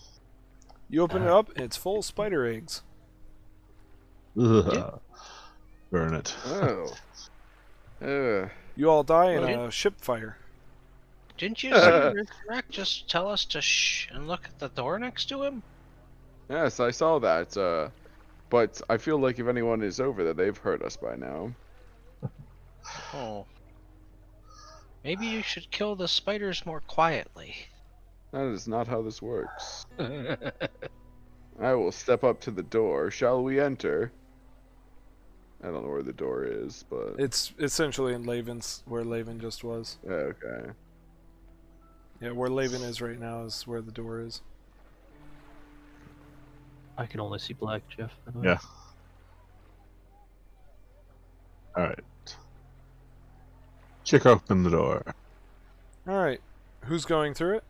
S1: You open it up, and it's full of spider eggs.
S2: Ugh. Burn it.
S5: Oh. Uh,
S1: You all die in
S6: Okay.
S1: a ship fire.
S6: Didn't you see Rick just tell us to shh and look at the door next to him?
S5: yes, I saw that. Uh, but I feel like if anyone is over there, they've heard us by now.
S6: Oh. Maybe you should kill the spiders more quietly.
S5: That is not how this works. I will step up to the door. Shall we enter? I don't know where the door is, but
S1: It's essentially in Laven's where Laven just was.
S5: okay.
S1: Yeah, where Laven is right now is where the door is.
S4: I can only see black, Jeff. by the way.
S2: Yeah. Alright. Check open the door.
S1: All right, who's going through it?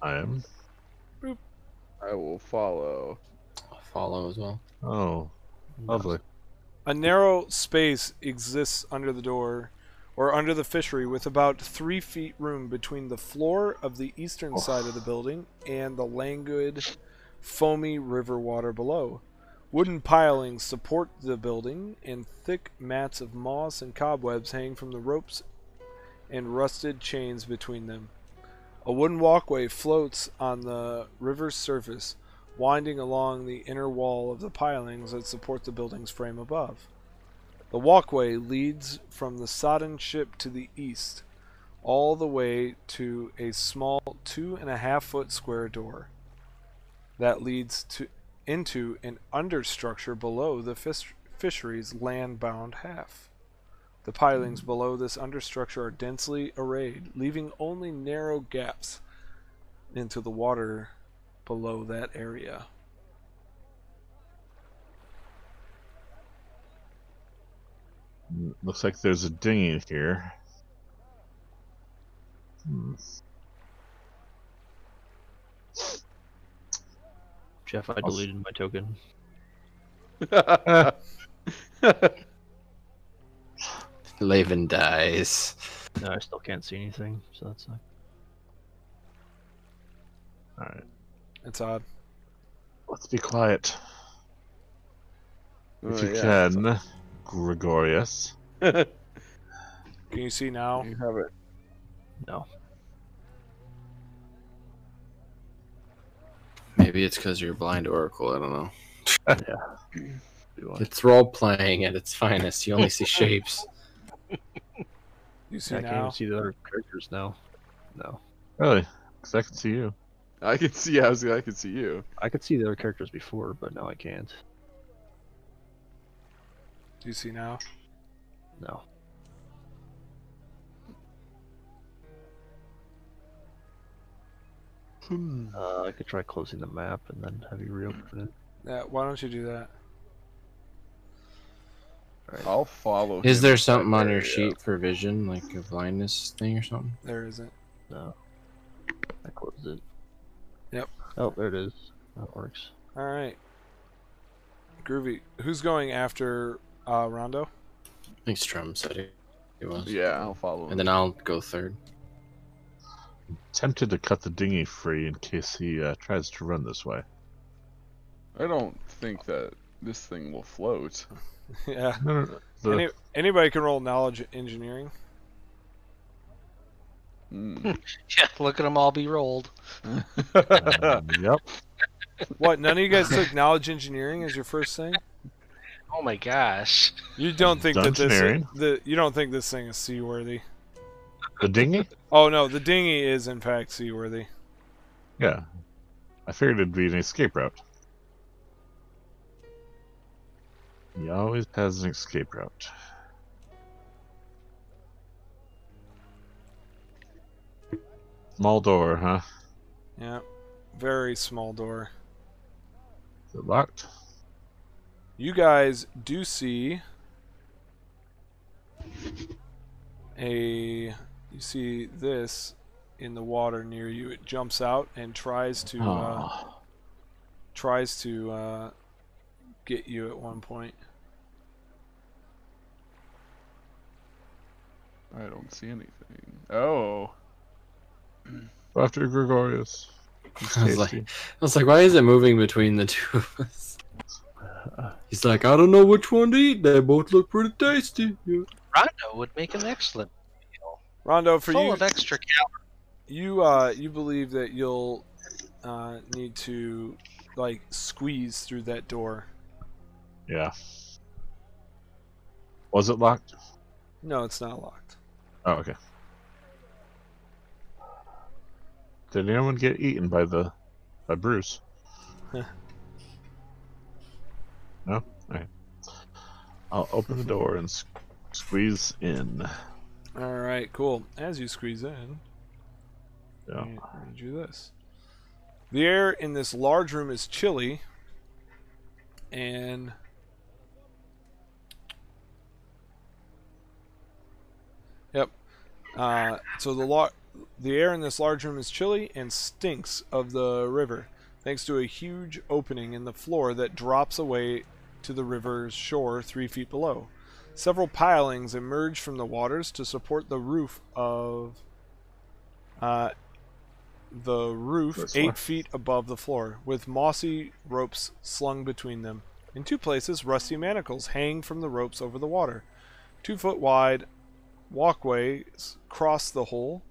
S2: I am.
S5: I will follow.
S3: I'll follow as well.
S2: Oh, lovely.
S1: A narrow space exists under the door, or under the fishery, with about three feet room between the floor of the eastern
S2: Oh.
S1: side of the building and the languid, foamy river water below. Wooden pilings support the building, and thick mats of moss and cobwebs hang from the ropes and rusted chains between them. A wooden walkway floats on the river's surface, winding along the inner wall of the pilings that support the building's frame above. The walkway leads from the sodden ship to the east, all the way to a small two and a half foot square door that leads to into an understructure below the fish, fishery's land-bound half. The pilings below this understructure are densely arrayed, leaving only narrow gaps into the water below that area.
S2: Mm, Looks like there's a dinghy in here. Hmm.
S4: Jeff, I deleted my token.
S5: Oh,
S3: Laven dies.
S4: No, I still can't see anything, so that's not.
S2: Alright.
S1: It's odd.
S2: Let's be quiet.
S5: Oh,
S2: if you
S5: yeah.
S2: can, Gregorius.
S1: Can you see now?
S5: You have it.
S4: No.
S3: Maybe it's because you're a blind oracle. I don't know.
S2: Do you want-
S3: It's role playing at its finest. You only see shapes.
S1: You see
S4: I can't
S1: now?
S4: even see the other characters now. No.
S2: Really? Because I can see you.
S5: I can see. I was. I can see you.
S4: I could see the other characters before, but now I can't.
S1: Do you see now?
S4: No.
S5: Hmm.
S4: Uh, I could try closing the map and then have you reopen it.
S1: Yeah, why don't you do that?
S5: I'll follow.
S3: Is
S5: him
S3: there
S5: to that
S3: something on your
S5: area.
S3: sheet for vision, like a blindness thing or something?
S1: There isn't.
S4: No. I closed it.
S1: Yep.
S4: Oh, there it is. That works.
S1: All right. Groovy. Who's going after uh, Rondo?
S3: I think Strum said it. It was.
S5: Yeah, I'll follow. Him.
S3: And then I'll go third.
S2: Tempted to cut the dinghy free in case he uh, tries to run this way.
S5: I don't think that this thing will float.
S1: yeah.
S2: No, no, no, the-
S1: Any, anybody can roll knowledge engineering.
S5: Mm.
S6: Yeah, look at them all be rolled.
S4: Uh,
S2: um, yep.
S1: What? None of you guys took knowledge engineering as your first thing?
S6: Oh my gosh.
S1: You don't think that this
S2: Dungeoneering.
S1: the you don't think this thing is seaworthy?
S2: The dinghy?
S1: Oh no, the dinghy is in fact seaworthy.
S2: Yeah. I figured it'd be an escape route. He always has an escape route. Small door, huh?
S1: Yeah. Very small door.
S2: Is it locked?
S1: You guys do see a you see this in the water near you. It jumps out and tries to uh,
S4: Ah.
S2: Oh.
S1: tries to uh, get you at one point.
S5: I don't see anything. Oh.
S2: After Gregorius.
S3: I was like, I was like, why is it moving between the two of us? He's like, I don't know which one to eat. They both look pretty tasty.
S6: Rondo would make an excellent meal.
S1: Rondo, for
S6: Full
S1: you,
S6: of extra calories.
S1: you uh, you believe that you'll uh, need to like squeeze through that door.
S2: Yeah. Was it locked?
S1: No, it's not locked.
S2: Oh, okay. Did anyone get eaten by the by Bruce? no. Alright. I'll open the door and s- squeeze in.
S1: All right, cool. As you squeeze in,
S2: Yeah.
S1: Let me read you this. The air in this large room is chilly, and yep. Uh, so the lar- the air in this large room is chilly and stinks of the river, thanks to a huge opening in the floor that drops away to the river's shore three feet below. Several pilings emerge from the waters to support the roof of uh, the roof
S2: This
S1: eight
S2: one.
S1: feet above the floor, with mossy ropes slung between them. In two places, rusty manacles hang from the ropes over the water. Two foot wide walkways cross the hole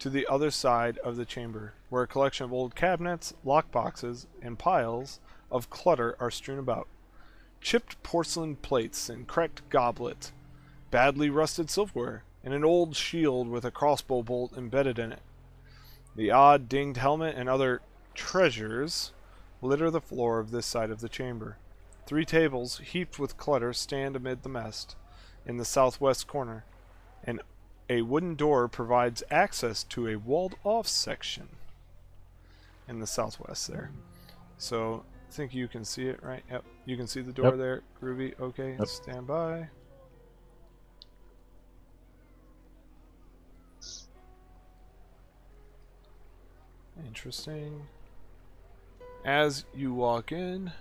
S1: to the other side of the chamber, where a collection of old cabinets, lockboxes, and piles of clutter are strewn about. Chipped porcelain plates and cracked goblets, badly rusted silverware, and an old shield with a crossbow bolt embedded in it. The odd dinged helmet and other treasures litter the floor of this side of the chamber. Three tables, heaped with clutter, stand amid the mess in the southwest corner, and a wooden door provides access to a walled off section in the southwest there. So I think you can see it, right? Yep. You can see the door
S2: Yep.
S1: there. Groovy, okay,
S2: Yep.
S1: stand by. Interesting. As you walk in,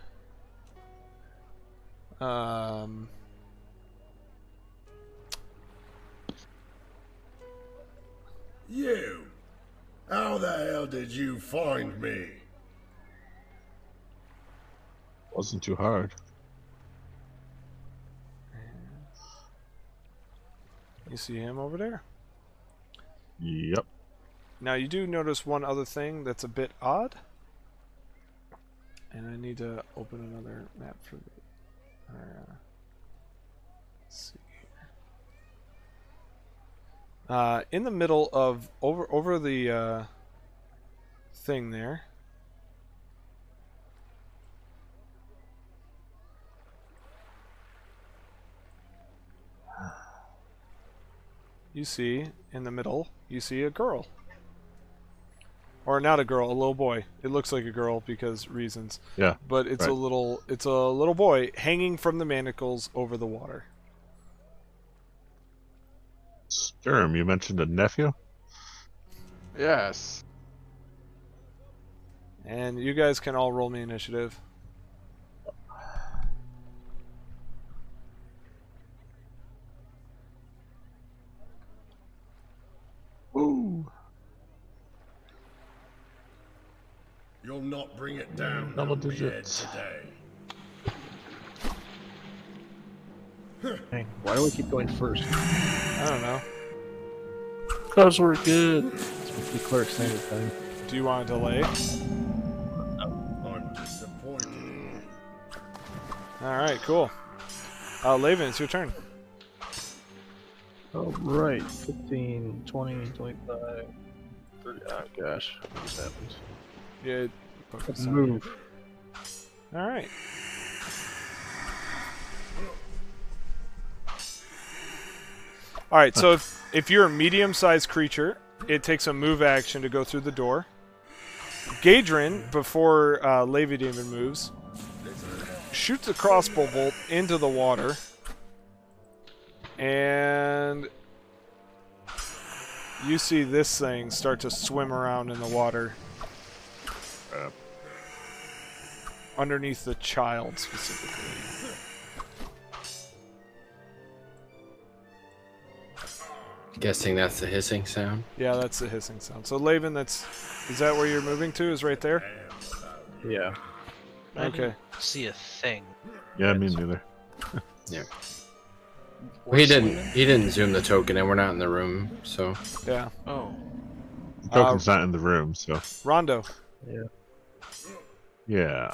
S1: um,
S8: You! How the hell did you find me?
S2: Wasn't too hard.
S1: you see him over there.
S2: Yep.
S1: Now you do notice one other thing that's a bit odd. And I need to open another map for the. Or, uh, let's see here. Uh, in the middle of over over the uh, thing there. You see in the middle, you see a girl or not a girl, a little boy. It looks like a girl because reasons.
S2: Yeah,
S1: But it's a
S2: right.
S1: little it's a little boy hanging from the manacles over the water.
S2: Sturm, you mentioned a nephew?
S5: Yes.
S1: And you guys can all roll me initiative.
S2: Ooh.
S8: You'll not bring it down.
S2: Double
S8: on me
S2: digits.
S8: head Today.
S4: Why do we keep going first?
S1: I don't know.
S7: Those were good.
S4: The cleric's name is time.
S1: Do you want to delay?
S8: I'm disappointed. in you.
S1: All right, cool. Uh, Laven, it's your turn.
S4: Oh, right. 15, 20, 25, 30. Oh, gosh. What just happened?
S1: Yeah. focus on it.
S4: move.
S1: All right. All right. So if if you're a medium-sized creature, it takes a move action to go through the door. Gadrin, before uh, Levy Demon moves, shoots a crossbow bolt into the water, and you see this thing start to swim around in the water underneath the child specifically.
S3: Guessing that's the hissing sound.
S1: Yeah, that's the hissing sound. So Laven, that's is that where you're moving to? Is right there?
S3: Yeah.
S6: I
S1: Okay.
S6: didn't see a thing.
S2: Yeah, me neither.
S3: Well, he didn't. He didn't zoom the token, and we're not in the room, so
S1: Yeah.
S6: Oh,
S2: The token's not in the room, so
S1: Rondo.
S2: yeah.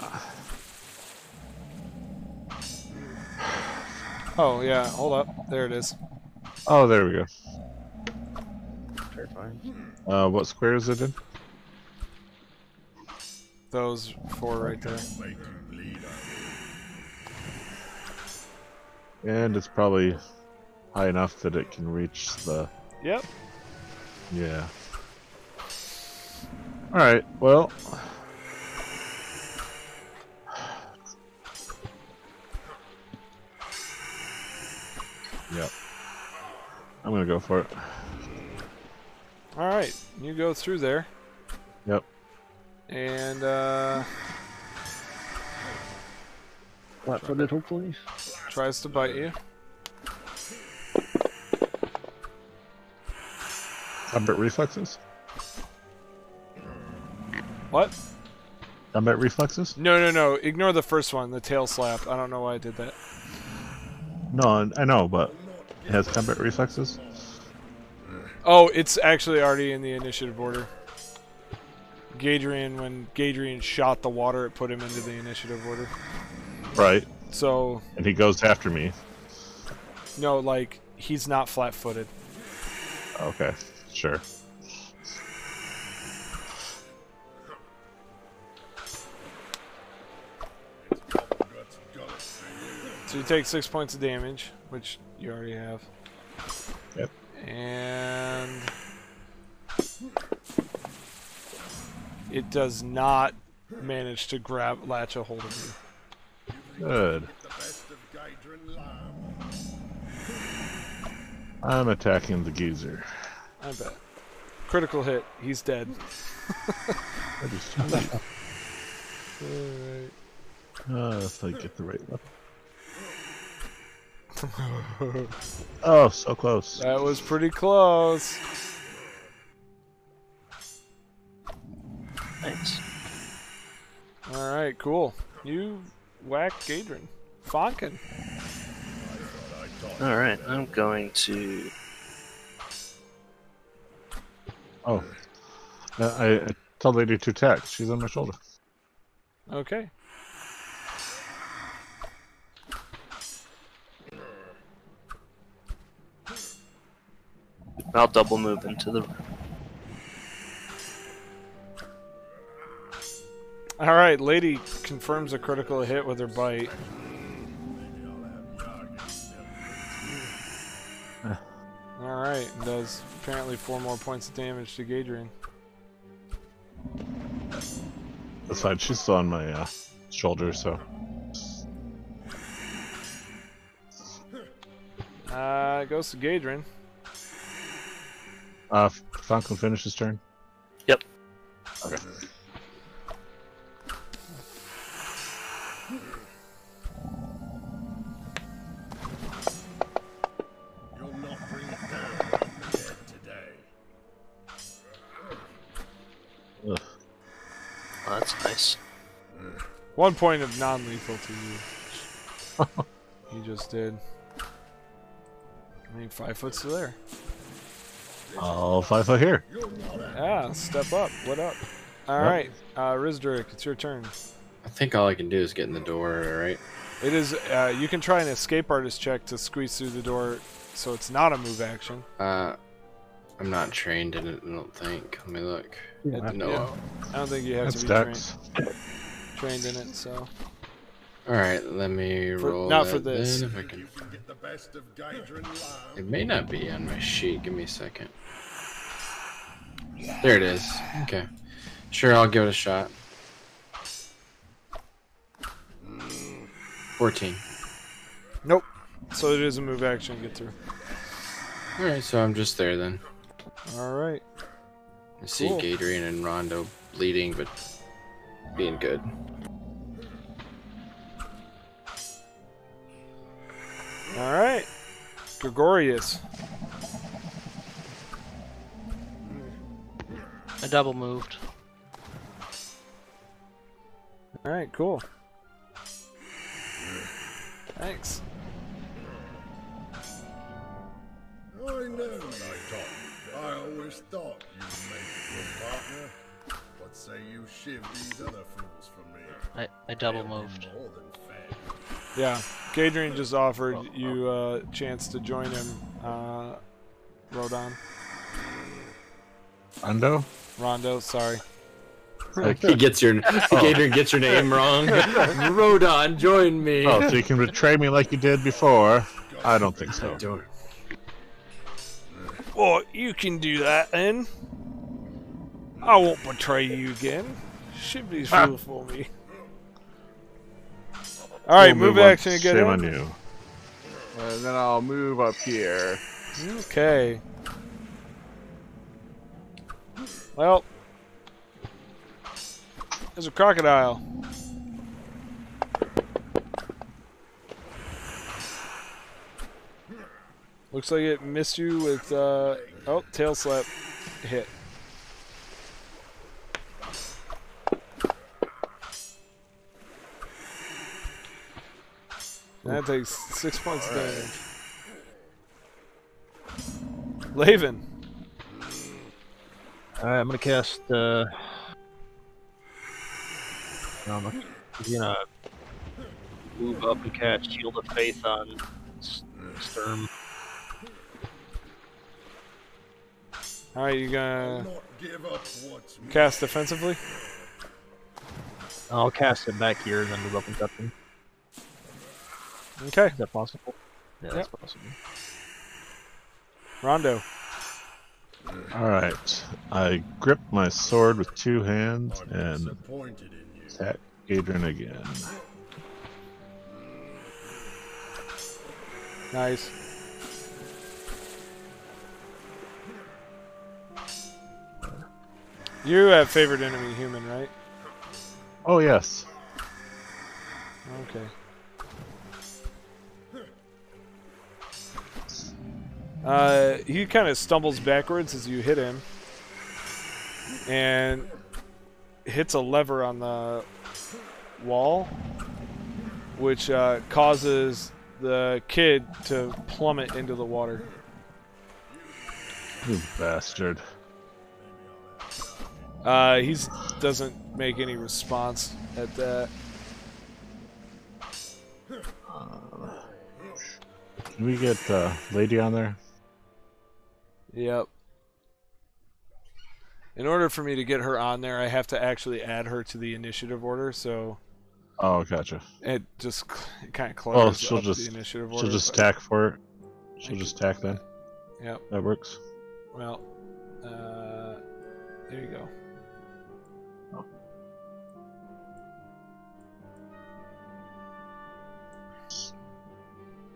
S1: Oh yeah. Hold up. There it is.
S2: Oh, there we go.
S7: Terrifying.
S2: Uh, what square is it in?
S1: Those four right there.
S2: And it's probably high enough that it can reach the
S1: Yep.
S2: Yeah. All right. Well. Yep. I'm gonna go for it.
S1: All right. You go through there.
S2: Yep.
S1: And uh,
S4: Flat footed, hopefully.
S1: tries to bite you.
S2: Combat reflexes.
S1: What?
S2: Combat reflexes.
S1: No, no, no. Ignore the first one. The tail slap. I don't know why I did that.
S2: No, I know, but it has combat reflexes.
S1: Oh, it's actually already in the initiative order. Gadrian, when Gadrian shot the water, it put him into the initiative order.
S2: Right.
S1: So
S2: And he goes after me.
S1: no, like he's not flat-footed.
S2: Okay. Sure.
S1: So you take six points of damage, which you already have.
S2: Yep.
S1: And it does not manage to grab latch a hold of you.
S2: Good. I'm attacking the geezer.
S1: I bet. Critical hit. He's dead.
S2: I just uh,
S1: Alright.
S2: if I get the right weapon. Oh, so close.
S1: That was pretty close.
S7: Nice.
S1: All right, cool. You whack Gadrin. Fonkin.
S7: All right, I'm going to.
S2: Oh, I, I I told Lady to attack. She's on my shoulder.
S1: Okay.
S7: I'll double move into the.
S1: All right, Lady confirms a critical hit with her bite. All right, and does apparently four more points of damage to Gadrian.
S2: That's fine. She's still on my uh, shoulder, so
S1: Uh, it goes to Gadrin.
S2: uh, Falcon finishes turn.
S7: Yep.
S2: Okay. Ugh.
S7: Oh, that's nice.
S1: One point of non-lethal to you. you just did. I mean, five foot's to there.
S2: Oh, five foot here.
S1: Yeah, step up. What up? All
S2: Yep.
S1: right, uh, Rizdrik, it's your turn.
S3: I think all I can do is get in the door, right?
S1: It is. Uh, you can try an escape artist check to squeeze through the door, so it's not a move action.
S3: Uh, I'm not trained in it. I don't think. Let me look.
S1: Yeah.
S3: No.
S1: I don't think you have
S2: That's
S1: to be trained,
S2: Dex.
S1: trained in it. So
S3: All right, let me
S1: For-
S3: roll.
S1: not for
S3: that then,
S1: this.
S3: if I can- It may not be on my sheet. Give me a second. There it is. Okay. Sure, I'll give it a shot. 14.
S1: nope. So it is a move action to get through.
S3: Alright, so I'm just there then.
S1: All right.
S3: I see
S1: Cool.
S3: Gadrian and Rondo bleeding, but being good.
S1: All right. Gregorius.
S6: I double moved.
S1: All right, cool. Thanks.
S8: I know, Nighthawk. I always thought you'd make a good partner. But say you shiv these other fools from me.
S6: I, I double moved.
S8: More than fair.
S1: Yeah, Gadrian just offered you a chance to join him, uh, Rodon.
S2: Undo?
S1: Rondo, sorry.
S3: he gets your Gator gets your name wrong. Rodon, join me.
S2: Oh, so you can betray me like you did before? I don't think
S3: I
S2: so.
S3: don't.
S1: Well, you can do that then. I won't betray you again. Should be fool for me. All right,
S2: Only
S1: move
S2: once,
S1: action again.
S2: Shame on you.
S5: And then I'll move up here.
S1: Okay. Well, there's a crocodile. Looks like it missed you with uh oh tail slap hit. That takes six points of damage. Laven.
S4: All right, I'm gonna cast. Uh, um, I'm gonna move up and cast Shield of Faith on S- Sturm.
S1: All right, you gonna
S8: Not give up what's mine.
S1: cast defensively?
S4: I'll cast it back here, then move up and touch him.
S1: Okay,
S4: Is that possible? Yeah, that's possible.
S1: Rondo.
S2: Alright. I grip my sword with two hands
S8: I'm
S2: and
S8: disappointed in you.
S2: attack Adrian again.
S1: Nice. You have favored enemy human, right?
S2: Oh, yes.
S1: Okay. Uh, he kind of stumbles backwards as you hit him, and hits a lever on the wall, which uh, causes the kid to plummet into the water.
S2: You bastard.
S1: Uh, he doesn't make any response at that.
S2: Can we get the lady on there?
S1: Yep. In order for me to get her on there, I have to actually add her to the initiative order. So
S2: Oh, gotcha.
S1: it just kind of
S2: Oh,
S1: clutters
S2: she'll
S1: up
S2: just
S1: the initiative order.
S2: she'll just
S1: but-
S2: attack for it. She'll just attack then.
S1: Yep.
S2: That works.
S1: Well, uh, there you go.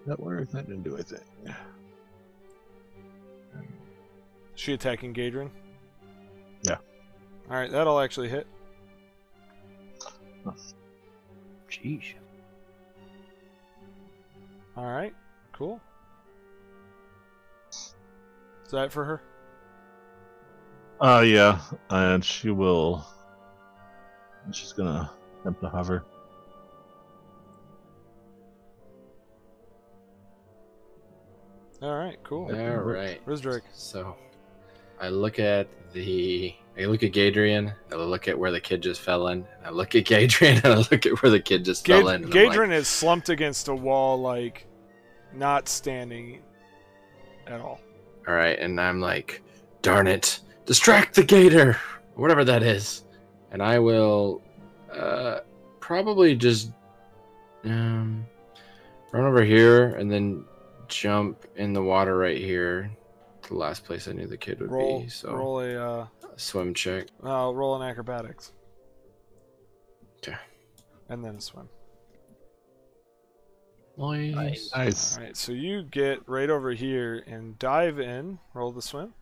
S2: That works. That didn't do anything.
S1: Is she attacking Gadrin?
S2: Yeah.
S1: All right, that'll actually hit.
S4: Jeez.
S1: All right, cool. Is that for her?
S2: Oh yeah, and she will. She's gonna attempt to hover.
S1: All right, cool.
S3: All right.
S1: Rizdrak.
S3: So I look at the I look at Gadrian, I look at where the kid just fell in, and I look at Gadrian and I look at where the kid just
S1: Gad-
S3: fell in. and I'm like,
S1: Gadrin is slumped against a wall, like not standing at all.
S3: All right, and I'm like, darn it, distract the gator, whatever that is, and I will uh, probably just um, run over here and then jump in the water right here, the last place I knew the kid would
S1: Roll,
S3: be. So
S1: roll a
S3: swim check.
S1: uh, uh, roll an acrobatics.
S3: Okay.
S1: And then a swim.
S3: Nice.
S2: Nice.
S1: All right, so you get right over here and dive in. Roll the swim.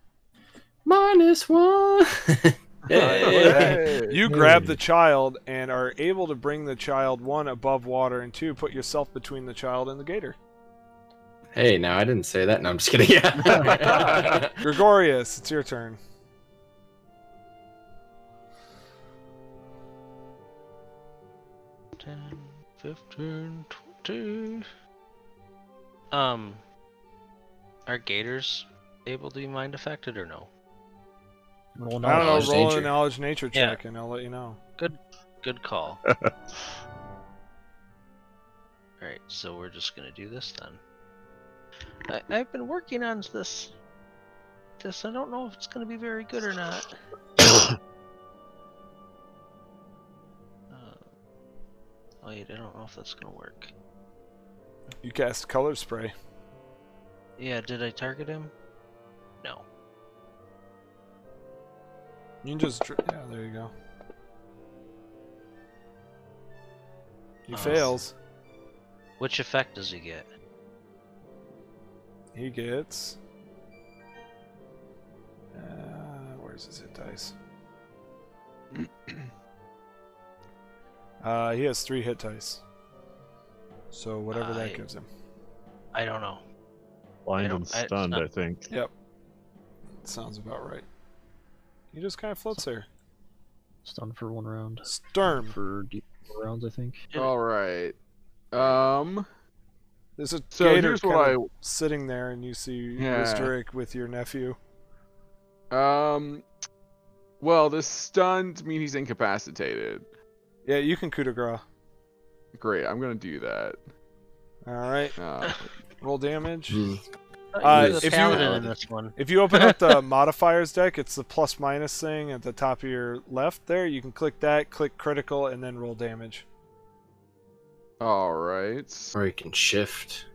S3: Minus one. yeah.
S5: Hey!
S1: You grab the child and are able to bring the child one above water and two put yourself between the child and the gator.
S3: Hey, now I didn't say that. No, I'm just kidding. Yeah.
S1: Gregorius, it's your turn.
S6: 10, 15, 20. Um, are gators able to be mind affected or no?
S4: Roll
S1: I don't
S4: knowledge.
S1: know.
S6: Knowledge
S1: Roll a
S6: nature.
S1: knowledge nature
S6: Yeah.
S1: check, and I'll let you know.
S6: Good call. Alright, so we're just gonna do this then. I, I've been working on this. This I don't know if it's gonna be very good or not. Uh, wait, I don't know if that's gonna work.
S1: You cast color spray.
S6: Yeah, did I target him? No.
S1: You can just. Dr- yeah, there you go. He
S6: Oh.
S1: fails.
S6: Which effect does he get?
S1: He gets. Uh, where's his hit dice? uh, he has three hit dice. So whatever that
S6: I-
S1: gives him.
S6: I don't know.
S2: Blind
S6: don't-
S2: and
S6: I- it's
S2: stunned,
S6: not-
S2: I think.
S1: Sounds about right. He just kind of floats there.
S4: Stunned for one round.
S1: Sturm.
S4: For d- four rounds, I think.
S5: All right. Um.
S1: There's a
S5: So
S1: gator
S5: here's
S1: kinda
S5: what I
S1: sitting there, and you see
S5: Yeah.
S1: Ristaric with your nephew.
S5: Um, well, this stunned mean he's incapacitated.
S1: Yeah, you can coup de grace.
S5: Great, I'm gonna do that.
S1: All right,
S5: Uh,
S1: roll damage.
S3: Hmm.
S1: Uh,
S6: Use a
S1: if you-
S6: paladin in this one.
S1: If you open up the modifiers deck, it's the plus minus thing at the top of your left there. You can click that, click critical, and then roll damage.
S5: all right.
S3: Or you can shift.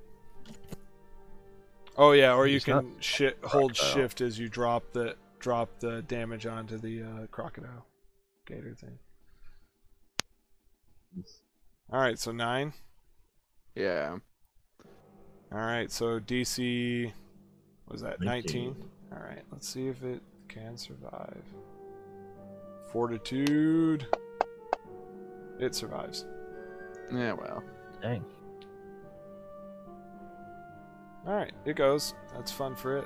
S1: Oh yeah, or you
S4: He's
S1: can shi- hold
S2: crocodile.
S1: shift as you drop the drop the damage onto the uh, crocodile gator thing. All right, so nine.
S5: Yeah.
S1: All right, so DC what was that 19.
S2: 19.
S1: All right, let's see if it can survive. Fortitude. It survives.
S5: Yeah. Well.
S4: Dang.
S1: All right, it goes. That's fun for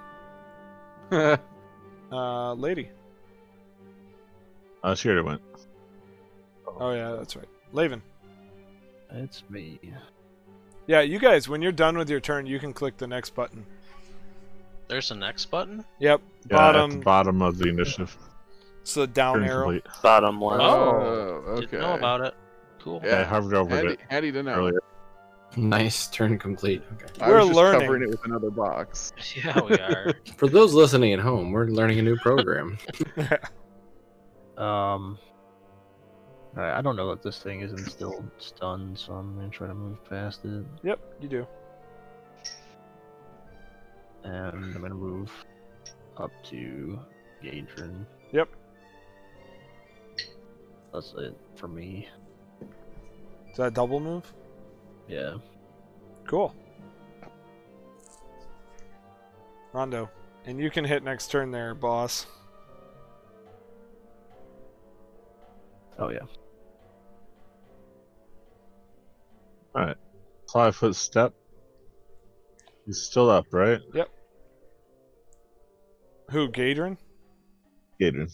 S1: it. Uh, lady.
S2: Uh, she already went.
S1: Oh yeah, that's right. Laven.
S4: It's me.
S1: Yeah, you guys, when you're done with your turn, you can click the next button.
S6: There's the next button.
S1: Yep,
S2: Yeah,
S1: bottom.
S2: at the bottom of the initiative.
S1: It's the down
S2: Turn
S1: arrow.
S2: complete.
S7: Bottom left.
S5: Oh,
S6: Didn't know
S5: okay.
S6: about it. Cool.
S2: Yeah, I
S5: Yeah.
S2: hovered over
S5: Handy,
S2: it
S5: handy to know.
S2: earlier.
S3: Nice turn complete. Okay.
S5: I
S1: We're
S5: was just
S1: learning.
S5: covering it with another box.
S6: Yeah, we are.
S3: For those listening at home, we're learning a new program.
S4: Um. Alright, I don't know that this thing isn't still stunned, so I'm gonna try to move past it.
S1: Yep, you do.
S4: And I'm gonna move up to Gadrin.
S1: Yep.
S4: That's it for me.
S1: Is that a double move?
S4: Yeah.
S1: Cool. Rondo. And you can hit next turn there, boss.
S4: Oh yeah.
S2: Five foot step. He's still up, right?
S1: Who, Gadrin?
S2: Gator.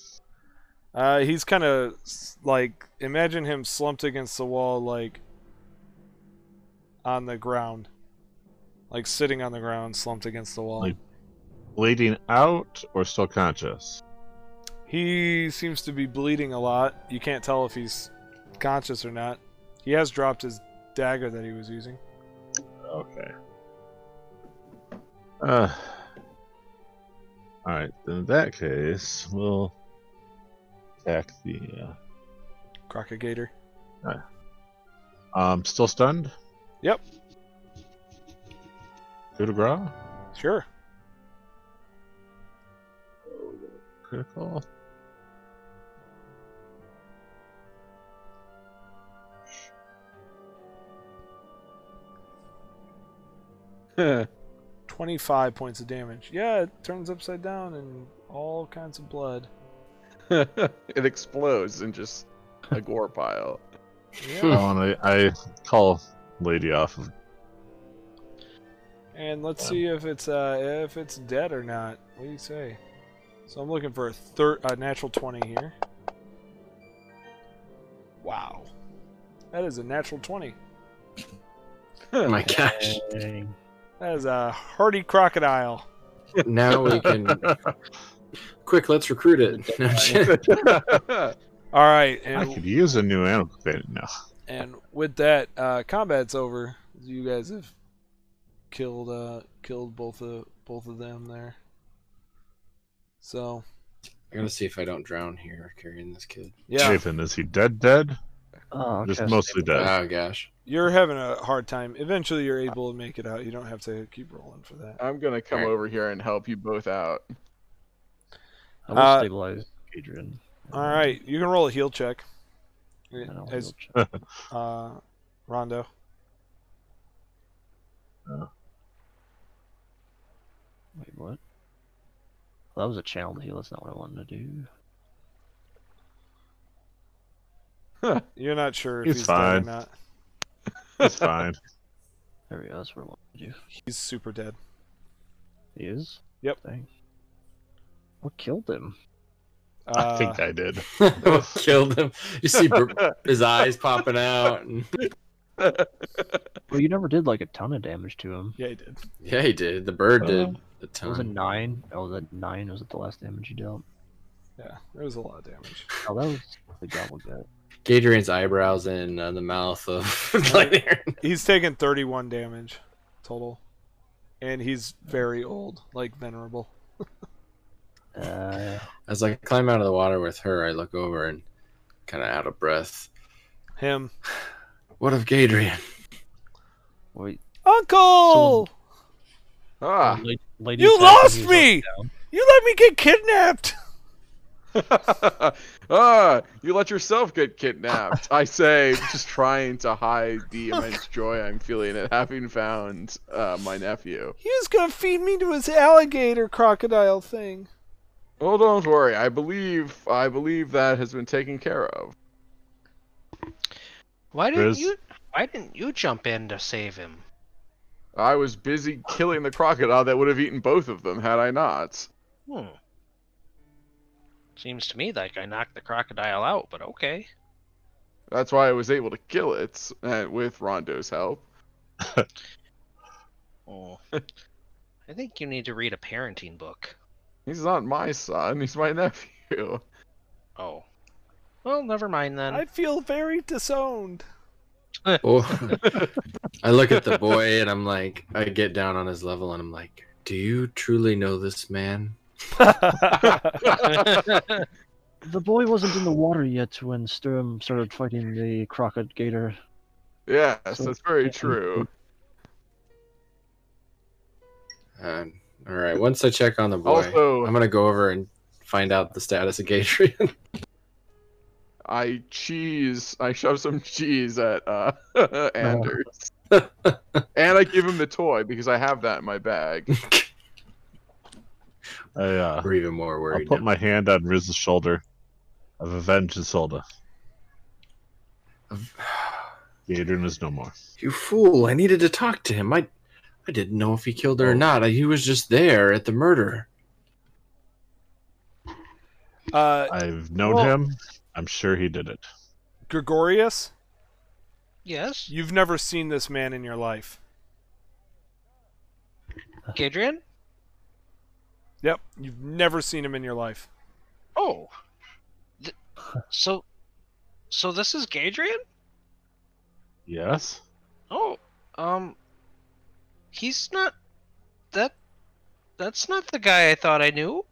S1: Uh, he's kind of like imagine him slumped against the wall, like on the ground, like sitting on the ground, slumped against the wall.
S2: Like- Bleeding out or still conscious?
S1: He seems to be bleeding a lot. You can't tell if he's conscious or not. He has dropped his dagger that he was using.
S2: Okay. Uh, Alright, then in that case, we'll attack the.
S1: Crocagator.
S2: Uh, um, still stunned?
S1: Yep.
S2: Coup de grace?
S1: Sure.
S2: Critical.
S1: Twenty-five points of damage. Yeah, it turns upside down and all kinds of blood.
S5: it explodes in just a gore pile.
S1: Yeah.
S2: Oh, and I, I call Lady off of
S1: And let's see if it's uh if it's dead or not. What do you say? So I'm looking for a third a natural 20 here. Wow. That is a natural 20.
S3: Oh my gosh.
S4: Dang.
S1: That is a hearty crocodile.
S3: Now we can. Quick, let's recruit it. No, I'm kidding.
S1: All right, and
S2: I could use a new animal companion now.
S1: And with that, uh, combat's over. You guys have killed uh, killed both of both of them there. So
S3: I'm gonna see if I don't drown here carrying this kid.
S1: yeah,
S2: Nathan, is he dead? Dead?
S4: Oh,
S2: Just
S4: cast-
S2: mostly dead.
S3: Oh gosh.
S1: you're having a hard time. Eventually, you're able to make it out. You don't have to keep rolling for that.
S5: I'm gonna come
S3: Alright.
S5: over here and help you both out.
S4: I will
S1: Uh,
S4: stabilize Adrian.
S1: All right, you can roll a heal check.
S4: And I'll
S1: As
S4: heal check.
S1: uh, Rondo.
S4: Wait, what? Well, that was a channeled heal. That's not what I wanted to do.
S1: You're not sure if
S2: He's
S1: he's, dead or
S2: fine.
S1: not.
S2: It's fine.
S4: There we go. That's what I wanted to do.
S1: He's super dead.
S4: He is?
S1: Yep.
S4: Dang. What killed him?
S1: Uh,
S2: I think I did.
S3: Killed him. You see br- his eyes popping out. And...
S4: Well, you never did like a ton of damage to him.
S1: Yeah, he did.
S3: Yeah, he did. The bird did. A
S4: It was a
S3: ton.
S4: nine. Oh, that nine was it the last damage you dealt?
S1: Yeah, there was a lot of damage.
S4: Oh, that was the goblin guy.
S3: Gadrian's eyebrows in uh, the mouth of Light Aaron.
S1: He's taken 31 damage total, and he's very old, like venerable.
S4: Uh,
S3: As I climb out of the water with her, I look over and kind of out of breath.
S1: Him,
S3: What of Gadrian?
S4: wait,
S1: Uncle,
S5: Ah,
S4: lady.
S1: You
S4: attacked and
S1: lost
S4: he was
S1: me!
S4: knocked down.
S1: you let me get kidnapped.
S5: ah! You let yourself get kidnapped. I say, just trying to hide the immense joy I'm feeling at having found uh, my nephew.
S1: He was gonna feed me to his alligator crocodile thing.
S5: Well, don't worry. I believe I believe that has been taken care of.
S6: Why didn't
S2: There's-
S6: you? Why didn't you jump in to save him?
S5: I was busy killing the crocodile that would have eaten both of them had I not.
S6: Hmm. Seems to me like I knocked the crocodile out, but okay.
S5: That's why I was able to kill it uh, with Rondo's help.
S6: Oh. I think you need to read a parenting book.
S5: He's not my son. He's my nephew.
S6: Oh. Well, never mind then.
S1: I feel very disowned.
S3: Oh. I look at the boy and I'm like, I get down on his level and I'm like, do you truly know this man?
S4: The boy wasn't in the water yet when Sturm started fighting the crocodile.
S5: Yes,
S4: So-
S5: that's very true.
S3: Um, all right. Once I check on the boy,
S5: Also-
S3: I'm gonna go over and find out the status of Gadrian.
S5: I cheese. I shove some cheese at uh, Anders, and I give him the toy because I have that in my bag.
S2: I, uh,
S3: We're even more
S2: I'll
S3: worried.
S2: put
S3: now.
S2: my hand on Riz's shoulder. I've avenged Isolde. Adrian is no more.
S3: You fool! I needed to talk to him. I, I didn't know if he killed
S2: Oh.
S3: her or not. I, he was just there at the murder.
S1: Uh,
S2: I've known
S1: Well-
S2: him. I'm sure he did it.
S1: Gregorius,
S6: yes,
S1: you've never seen this man in your life.
S6: Gadrian.
S1: Yep, you've never seen him in your life.
S6: Oh. Th- so, so this is Gadrian.
S2: Yes?
S6: Oh, um, he's not. That, that's not the guy I thought I knew.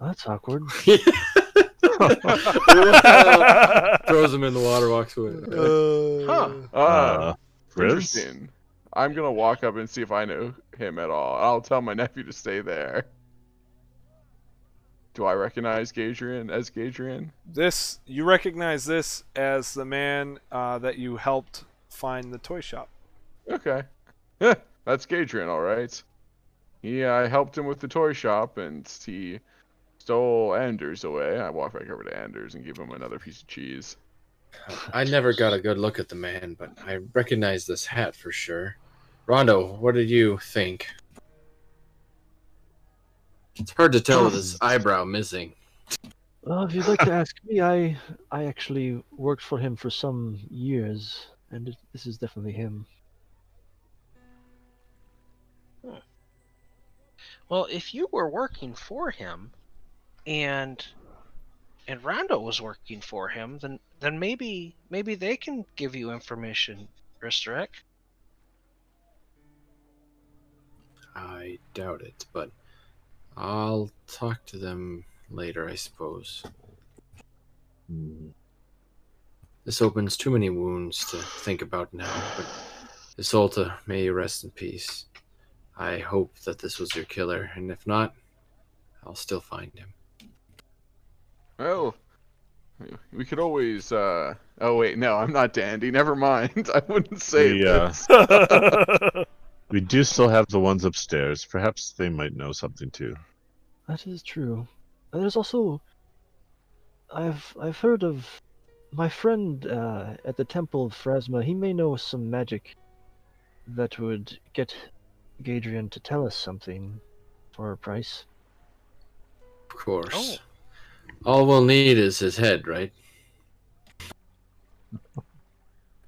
S4: That's awkward.
S1: Oh.
S3: Throws him in the water, walks away.
S6: Huh.
S5: Uh,
S2: Uh, Riz?
S5: interesting. I'm gonna walk up and see if I know him at all. I'll tell my nephew to stay there. Do I recognize Gadrian as Gadrian?
S1: This you recognize this as the man uh, that you helped find the toy shop.
S5: Okay. Heh, That's Gadrian, all right. He, I helped him with the toy shop, and he stole Anders away. I walked back over to Anders and gave him another piece of cheese.
S3: I never got a good look at the man, but I recognize this hat for sure. Rondo, what did you think? It's hard to tell with his eyebrow missing.
S4: Well, if you'd like to ask me, I I actually worked for him for some years, and it, this is definitely him.
S6: Well, if you were working for him, and and Rondo was working for him, then then maybe maybe they can give you information, Risterek.
S3: I doubt it, but I'll talk to them later, I suppose.
S2: Hmm.
S3: This opens too many wounds to think about now, but Isolta, may you rest in peace. I hope that this was your killer, and if not, I'll still find him.
S5: Well, we could always. uh Oh wait, no, I'm not Dandy. Never mind. I wouldn't say
S2: We, uh,
S5: this.
S2: we do still have the ones upstairs. Perhaps they might know something too.
S4: That is true. And there's also I've I've heard of my friend uh, at the temple of Phrasma. He may know some magic that would get Gadrian to tell us something for a price.
S3: Of course. All we'll need is his head, right?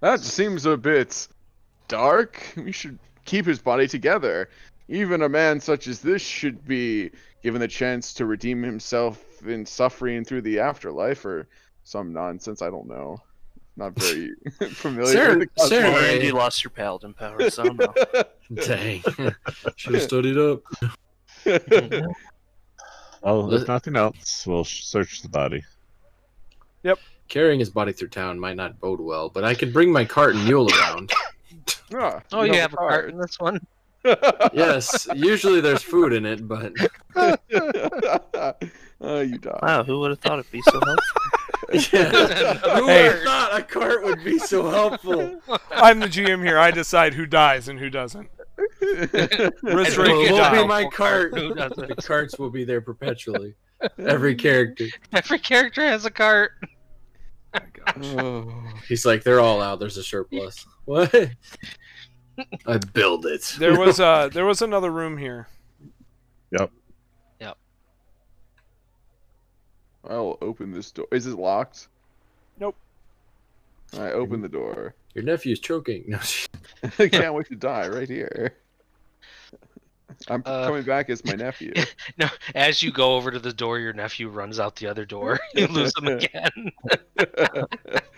S5: That seems a bit dark. We should keep his body together. Even a man such as this should be given the chance to redeem himself in suffering through the afterlife or some nonsense. I don't know. Not very familiar.
S3: Saren-
S5: with the
S3: Saren-
S5: cosmology.
S7: Oh, And you lost your paladin powers. I don't know.
S3: Dang. Should have studied up.
S2: Well,
S3: Let-
S2: if nothing else, we'll sh- search the body.
S3: Carrying his body through town might not bode well, but I could bring my cart and mule around.
S5: Ah,
S6: Oh, you have a part in this one.
S3: yes, usually there's food in it, but
S5: card. oh, you died.
S7: Wow, who would have thought it'd be so helpful?
S3: who would have thought a cart would be so helpful?
S1: I'm the GM here. I decide who dies and who doesn't. Risk
S6: And we
S1: rank
S6: can
S3: It won't be
S1: die.
S3: my cart.
S6: Who does
S3: The
S6: it?
S3: carts will be there perpetually. Every character.
S6: Every character has a cart.
S5: Oh.
S3: He's like, they're all out. There's a surplus. What? I build it.
S1: There was uh there was another room here.
S5: I'll open this door. Is it locked?
S1: Nope.
S5: I open the door.
S3: Your nephew's choking. No, she-
S5: I can't wait to die right here. I'm
S6: Uh,
S5: coming back as my nephew.
S6: No, as you go over to the door, your nephew runs out the other door. You lose him again.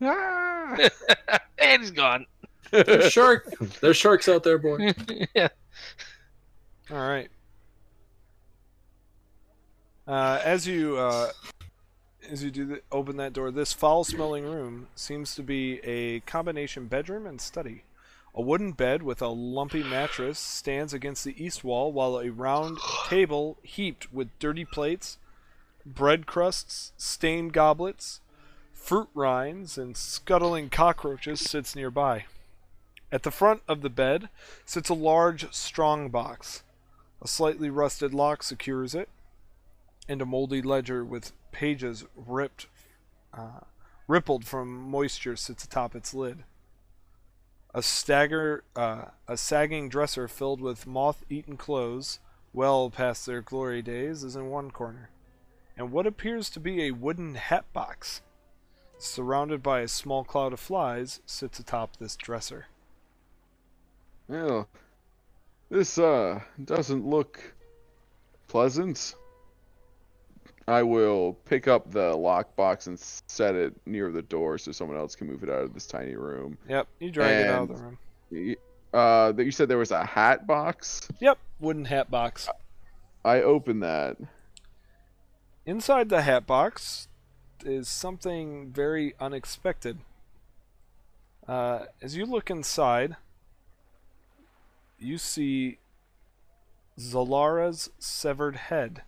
S5: Ah!
S6: and he's gone.
S3: there's shark. There's sharks out there, boy.
S6: yeah.
S1: All right. Uh, as you uh, as you do the, open that door, this foul-smelling room seems to be a combination bedroom and study. A wooden bed with a lumpy mattress stands against the east wall, while a round table heaped with dirty plates, bread crusts, stained goblets, fruit rinds, and scuttling cockroaches sits nearby. At the front of the bed sits a large strong box. A slightly rusted lock secures it, and a moldy ledger with pages ripped, uh, rippled from moisture sits atop its lid. A stagger, uh, a sagging dresser filled with moth-eaten clothes, well past their glory days, is in one corner, and what appears to be a wooden hat box, surrounded by a small cloud of flies, sits atop this dresser.
S5: Well, this uh doesn't look pleasant. I will pick up the lockbox and s- set it near the door so someone else can move it out of this tiny room.
S1: Yep, you drag it out of the
S5: And-
S1: room.
S5: Y- Uh, that you said there was a hat box.
S1: Yep, wooden hat box.
S5: I open that.
S1: Inside the hat box is something very unexpected. Uh, as you look inside, you see Zalara's severed head,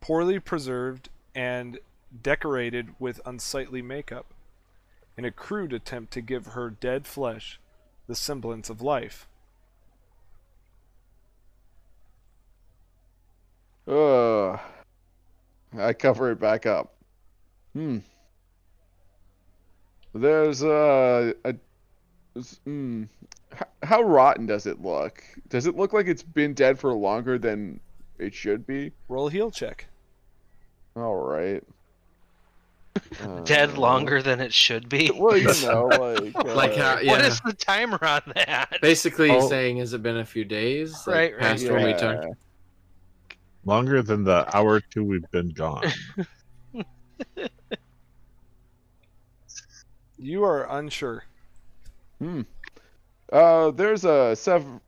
S1: poorly preserved and decorated with unsightly makeup, in a crude attempt to give her dead flesh the semblance of life.
S5: Ugh. I cover it back up. Hmm. There's uh, a. s- Hmm. H- How rotten does it look? Does it look like it's been dead for longer than It should be.
S1: Roll a heal check.
S5: All right.
S6: Dead
S5: Uh,
S6: longer than it should be.
S5: Well, you know, like uh,
S3: Like how? Yeah.
S6: What is the timer on that?
S3: Basically
S5: Oh.
S3: saying, has it been a few days? Like,
S6: Right, right,
S3: Past when we talked.
S2: Longer than the hour or two we've been gone.
S1: You are unsure.
S5: Uh, there's a seven.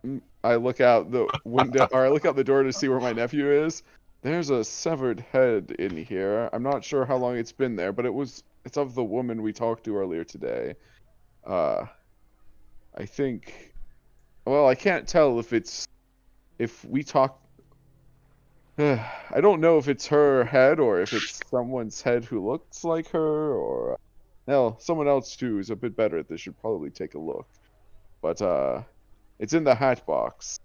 S5: I look out the window, or I look out the door to see where my nephew is. There's a severed head in here. I'm not sure how long it's been there, but it was. It's of the woman we talked to earlier today. Uh, I think. Well, I can't tell if it's if we talk. I don't know if it's her head or if it's someone's head who looks like her or. Hell, someone else too is a bit better at this. Should probably take a look but uh, it's in the hat box.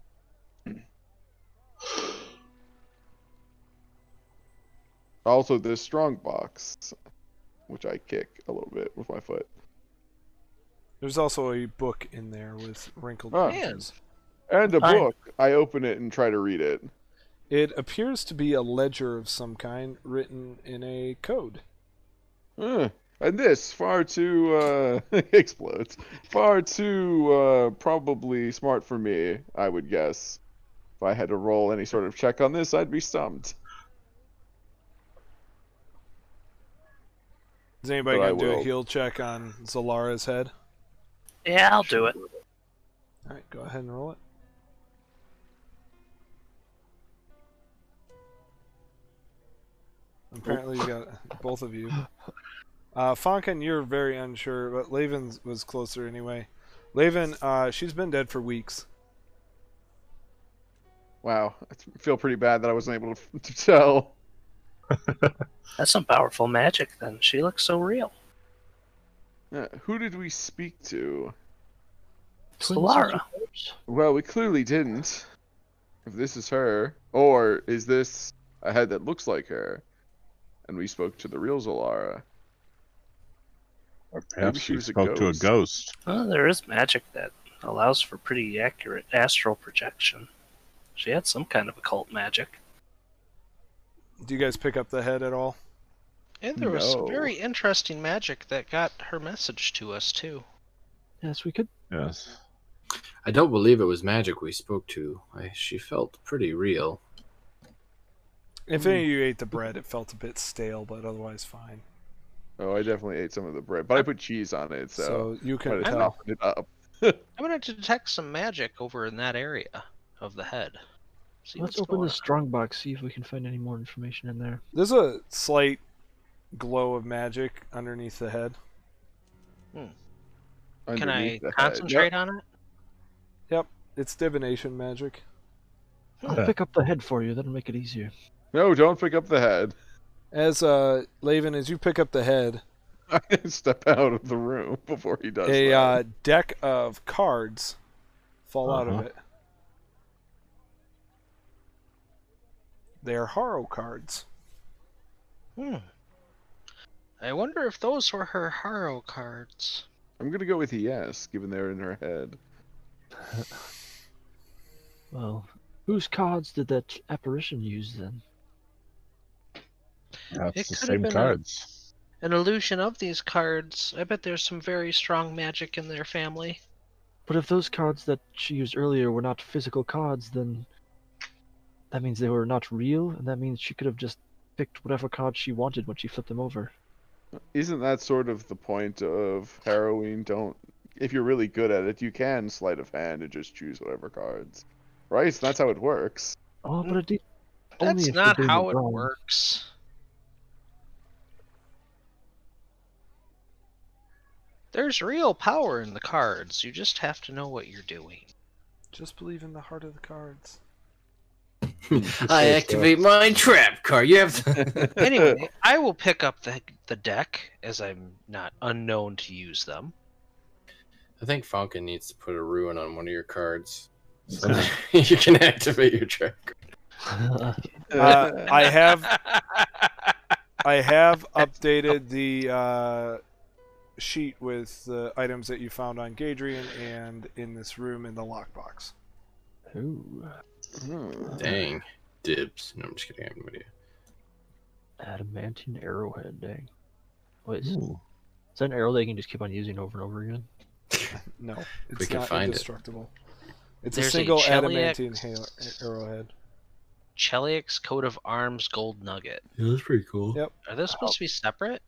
S5: Also, the strong box, which I kick a little bit with my foot.
S1: There's also a book in there with wrinkled
S5: Oh.
S1: pages.
S5: And a
S7: I-
S5: book. I open it and try to read it.
S1: It appears to be a ledger of some kind written in a code.
S5: Huh. And this, far too, uh, explodes. Far too, uh, probably smart for me, I would guess. If I had to roll any sort of check on this, I'd be stumped.
S1: Is anybody
S5: But I
S1: going to do a
S5: will.
S1: heal check on Zalara's head?
S7: Yeah, I'll do it.
S1: All right, go ahead and roll it. Apparently, you got both of you. Uh, Fonken, you're very unsure, but Laven was closer anyway. Laven, uh, she's been dead for weeks.
S5: Wow, I feel pretty bad that I wasn't able to, to tell.
S7: That's some powerful magic. Then she looks so real.
S5: Yeah, Uh, who did we speak to?
S4: Twins of
S7: Solara.
S4: Jupiters?
S5: Well, we clearly didn't. If this is her, or is this a head that looks like her? And we spoke to the real Zolara.
S2: Or
S5: Maybe
S2: perhaps
S5: she
S2: she
S5: was a
S2: spoke to a
S5: ghost.
S2: ghost.
S7: Well, Oh, there is magic that allows for pretty accurate astral projection. She had some kind of occult magic.
S1: Do you guys pick up the head at all?
S6: And there was some
S5: No.
S6: very interesting magic that got her message to us too.
S4: Yes, we could.
S2: Yes.
S3: I don't believe it was magic we spoke to. I, she felt pretty real.
S1: If any
S5: Mm.
S1: of you ate the bread, it felt a bit stale, but otherwise fine.
S5: Oh, I definitely ate some of the bread, but I put cheese on it,
S1: So,
S5: so,
S1: you
S5: I
S1: can
S5: might have
S1: tell.
S5: softened it up.
S6: I'm gonna detect some magic over in that area of the head. See
S4: Let's
S6: what's
S4: open
S6: going
S4: the strong box, see if we can find any more information in there.
S1: There's a slight glow of magic underneath the head.
S6: on. Can I
S5: underneath the head.
S6: concentrate on it?
S1: Yep, it's divination magic.
S4: I'll pick up the head for you. That'll make it easier.
S5: No, no, don't pick up the head.
S1: As uh, Laven, as you pick up the head,
S5: I step out of the room before he does.
S1: a
S5: that.
S1: uh, deck of cards fall out of
S2: Uh-huh.
S1: it. They are Haro cards.
S6: Hmm. I wonder if those were her Haro cards.
S5: I'm gonna go with yes, given they're in her head.
S4: Well, whose cards did that apparition use then?
S2: That's
S6: It
S2: the
S6: could have
S2: same
S6: been a-
S2: cards.
S6: An illusion of these cards. I bet there's some very strong magic in their family.
S4: But if those cards that she used earlier were not physical cards, then that means they were not real, and that means she could have just picked whatever card she wanted when she flipped them over.
S5: Isn't that sort of the point of harrowing? Don't if you're really good at it, you can sleight of hand and just choose whatever cards, right? So that's how it works.
S4: Oh, but it did. only
S6: That's
S4: if you're
S6: not
S4: doing
S6: how it
S4: wrong.
S6: works. There's real power in the cards. You just have to know what you're doing.
S1: Just believe in the heart of the cards.
S3: I activate my trap card. You have to...
S6: Anyway, I will pick up the the deck as I'm not unknown to use them.
S3: I think Falcon needs to put a ruin on one of your cards. So that you can activate your trap card.
S1: Uh, I have I have updated the uh, sheet with the items that you found on Gadrian and in this room in the lockbox.
S4: Ooh.
S5: Hmm.
S3: Dang. dibs. No, I'm just kidding. I have no idea.
S4: Adamantine arrowhead, dang. Wait, is, is
S2: Ooh.
S4: that an arrow that you can just keep on using over and over again?
S1: No, Oh, it's
S3: can
S1: not
S3: find it.
S1: indestructible. It's a
S6: There's a
S1: single
S6: Cheliac-
S1: adamantine ha- arrowhead.
S6: Cheliac's coat of arms gold nugget.
S3: Yeah, that's pretty cool.
S1: Yep.
S6: Are those supposed to be separate?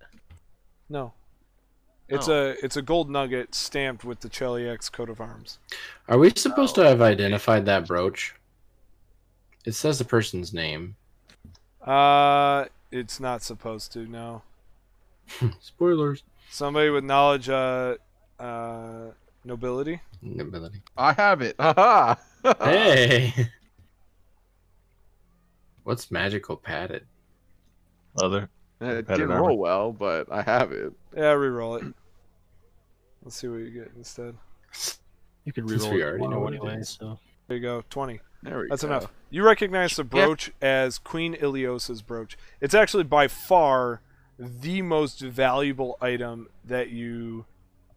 S1: No. It's
S6: Oh.
S1: a it's a gold nugget stamped with the Cheliak's coat of arms.
S3: Are we supposed to have identified that brooch? It says the person's name.
S1: Uh it's not supposed to, no.
S3: Spoilers.
S1: Somebody with knowledge uh uh nobility.
S3: Nobility.
S5: I have it. Haha. Uh,
S3: Hey. What's magical padded?
S2: Other.
S5: it
S2: Better
S5: didn't
S2: armor.
S5: roll well, but I have it.
S1: Yeah, reroll it. Let's see what you get instead.
S4: You can
S3: Since
S4: reroll
S3: we
S4: it
S3: already know
S4: tomorrow
S3: what it
S4: anyway,
S3: is.
S4: so
S1: There you go, twenty.
S5: There we
S1: That's
S5: go.
S1: enough. You recognize the brooch as Queen Ilios's brooch. It's actually by far the most valuable item that you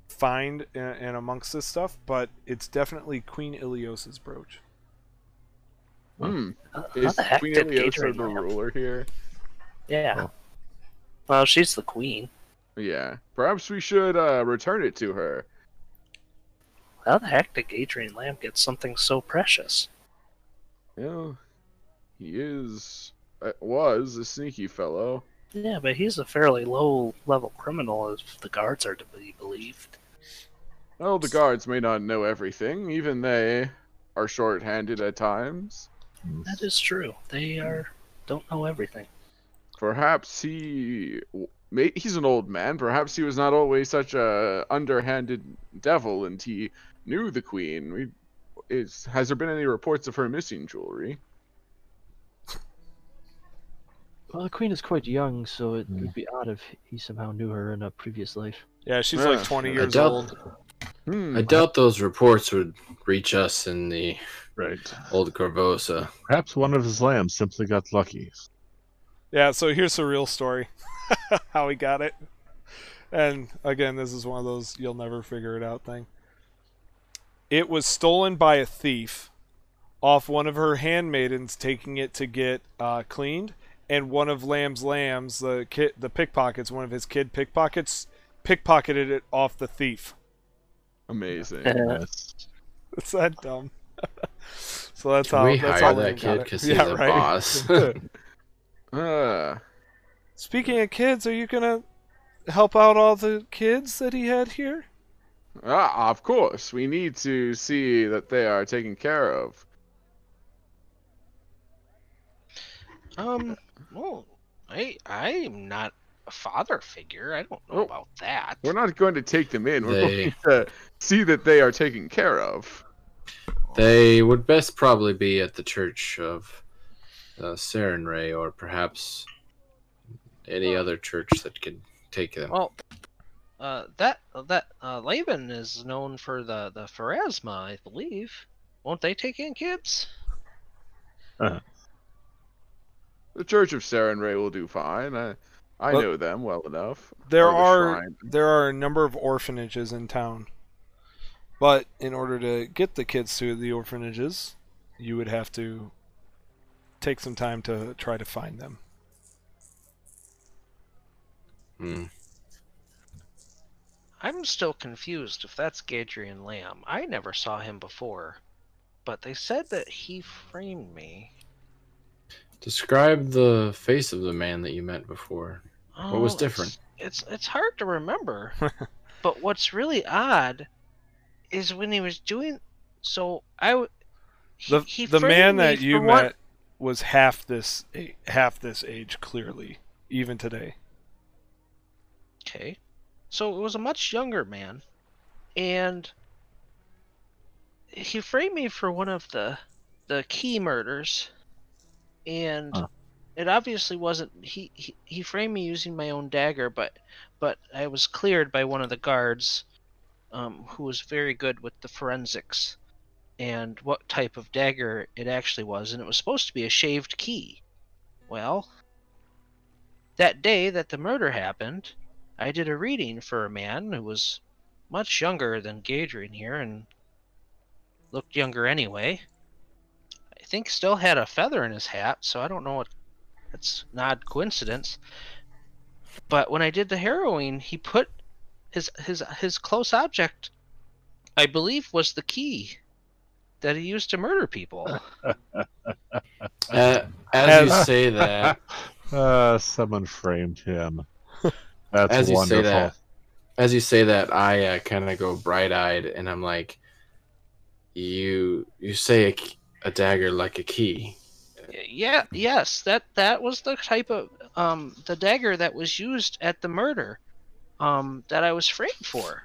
S1: find a- and amongst this stuff, but it's definitely Queen Ilios's brooch.
S5: Hmm.
S7: uh, How how
S5: Is
S7: the heck
S5: Queen
S7: did
S5: Eliosa
S7: Gatorade
S5: the
S7: end up-
S5: ruler here?
S7: Yeah. Well, she's the queen.
S5: Yeah. Perhaps we should uh, return it to her.
S7: How the heck did Adrian Lamb get something so precious?
S5: You know, he is uh, was a sneaky fellow.
S7: Yeah, but he's a fairly low level criminal if the guards are to be believed.
S5: Well, the guards may not know everything. Even they are short-handed at times.
S7: That is true. They are don't know everything.
S5: Perhaps he may, he's an old man. Perhaps he was not always such a underhanded devil, and he knew the queen. We, is, has there been any reports of her missing jewelry?
S4: well, the queen is quite young, so it
S7: Hmm.
S4: would be odd if he somehow knew her in a previous life.
S1: Yeah, she's
S5: Yeah,
S1: like 20
S5: sure.
S1: years
S3: I doubt-
S1: old.
S5: Hmm.
S3: I doubt those reports would reach us in the
S2: Right.
S3: old Corvosa.
S2: Perhaps one of his lambs simply got lucky.
S1: Yeah, so here's the real story how he got it. And again, this is one of those you'll never figure it out thing. It was stolen by a thief off one of her handmaidens taking it to get uh, cleaned, and one of Lamb's lambs, the kid, the pickpockets, one of his kid pickpockets, pickpocketed it off the thief.
S5: Amazing.
S2: Yes.
S1: It's that dumb. so that's
S3: Can
S1: how
S3: we
S1: that's
S3: hire
S1: how Lamb got
S3: that kid
S1: it.
S3: because
S1: Yeah,
S3: he's a
S1: right.
S3: boss?
S5: Ah,
S1: Speaking of kids, are you gonna help out all the kids that he had here?
S5: ah, of course. We need to see that they are taken care of.
S6: Um, well, I I am not a father figure. I don't know
S5: Oh.
S6: about that.
S5: We're not going to take them in. We're
S3: They-
S5: going to see that they are taken care of.
S3: They would best probably be at the church of uh, Serenray or perhaps any other church that could take them.
S6: Well, uh, that that uh, Laban is known for the the Pharasma, I believe. Won't they take in kids?
S5: The Church of Sarenrae will do fine. I, I
S1: But-
S5: know them well enough.
S1: There
S5: Or the
S1: are
S5: shrine.
S1: there are a number of orphanages in town, but in order to get the kids to the orphanages, you would have to take some time to try to find them.
S3: Hmm.
S6: I'm still confused if that's Gadrian Lamb. I never saw him before, but they said that he framed me.
S3: Describe the face of the man that you met before. What was
S6: Oh,
S3: different?
S6: It's it's, it's hard to remember, but what's really odd is when he was doing so. I w- he,
S1: The,
S6: he
S1: the man
S6: framed me
S1: that
S6: for
S1: you
S6: one-
S1: met was half this a- half this age clearly, even today.
S6: Okay. So it was a much younger man, and he framed me for one of the the key murders, and
S2: Huh.
S6: it obviously wasn't he, he. He framed me using my own dagger, but but I was cleared by one of the guards, um, who was very good with the forensics, and what type of dagger it actually was, and it was supposed to be a shaved key. Well, that day that the murder happened, I did a reading for a man who was much younger than Gadrian here and looked younger anyway. I think still had a feather in his hat, so I don't know what it's an odd coincidence. But when I did the harrowing, he put his his his close object, I believe, was the key that he used to murder people.
S3: Uh, as you say that,
S2: Uh, someone framed him. That's
S3: as you
S2: wonderful.
S3: say that, as you say that, I uh, kind of go bright-eyed, and I'm like, "You, you say a, k- a dagger like a key."
S6: yeah, yes, that that was the type of um the dagger that was used at the murder, um that I was framed for.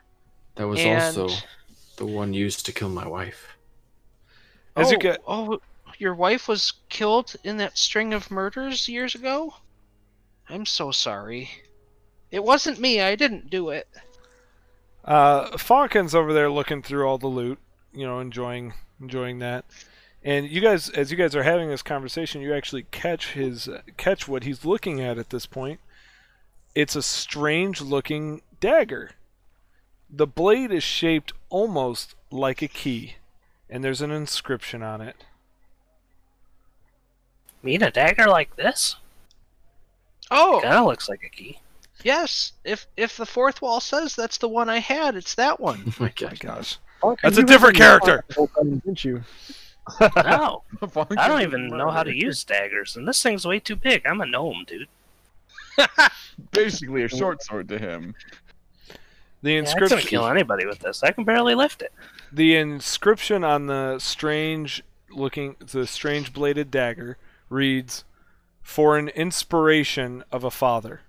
S3: That was
S6: And-
S3: also the one used to kill my wife.
S1: As
S6: oh,
S1: you get-
S6: oh, your wife was killed in that string of murders years ago. I'm so sorry. It wasn't me. I didn't do it.
S1: Uh, Falcon's over there looking through all the loot, you know, enjoying enjoying that. And you guys, as you guys are having this conversation, you actually catch his catch what he's looking at at this point. It's a strange looking dagger. The blade is shaped almost like a key, and there's an inscription on it.
S7: Mean a dagger like this?
S6: Oh,
S7: Kinda looks like a key.
S6: yes. If if the fourth wall says that's the one I had, it's that one.
S3: Oh my god!
S1: gosh,
S4: Falcon,
S1: That's a
S4: you
S1: different
S4: remember
S1: character.
S4: Falcon, didn't you?
S7: No.
S5: Falcon
S7: I don't
S5: is
S7: even know how to
S5: murdered.
S7: use daggers, and this thing's way too big. I'm a gnome, dude.
S5: Basically, a short sword to him.
S1: the
S7: Yeah, it's
S1: inscription.
S7: gonna kill anybody with this. I can barely lift it.
S1: The inscription on the strange looking the strange bladed dagger reads for an inspiration of a father.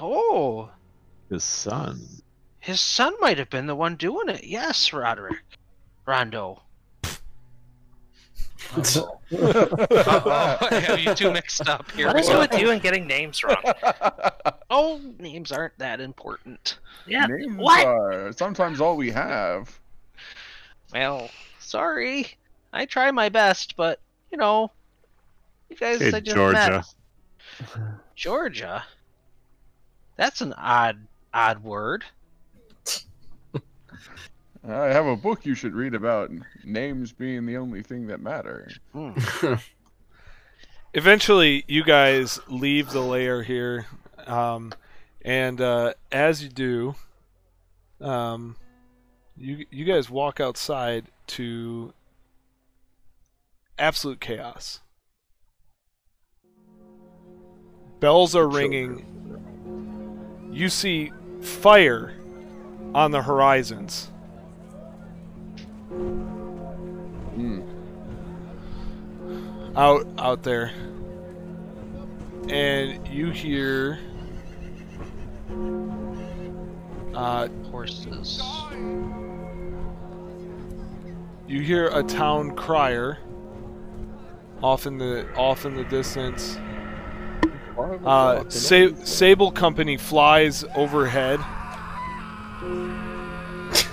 S6: oh,
S2: His son.
S6: his son might have been the one doing it. Yes, Roderick, Rondo. I have Oh, you two mixed up here.
S7: What is it with you and getting names wrong?
S6: Oh, names aren't that important.
S7: Yeah.
S5: Names
S7: What?
S5: are sometimes all we have.
S6: Well, sorry. I try my best, but you know, you guys
S2: Hey,
S6: I just
S2: Georgia.
S6: met Georgia. That's an odd, odd word.
S5: I have a book you should read about names being the only thing that matter.
S6: Hmm.
S1: Eventually, you guys leave the layer here, um, and uh, as you do, um, you you guys walk outside to absolute chaos. Bells are ringing. You see fire on the horizons.
S5: Hmm.
S1: out out there, and you hear uh,
S6: Horses.
S1: you hear a town crier off in the off in the distance. Uh, Sa- Sable Company flies overhead.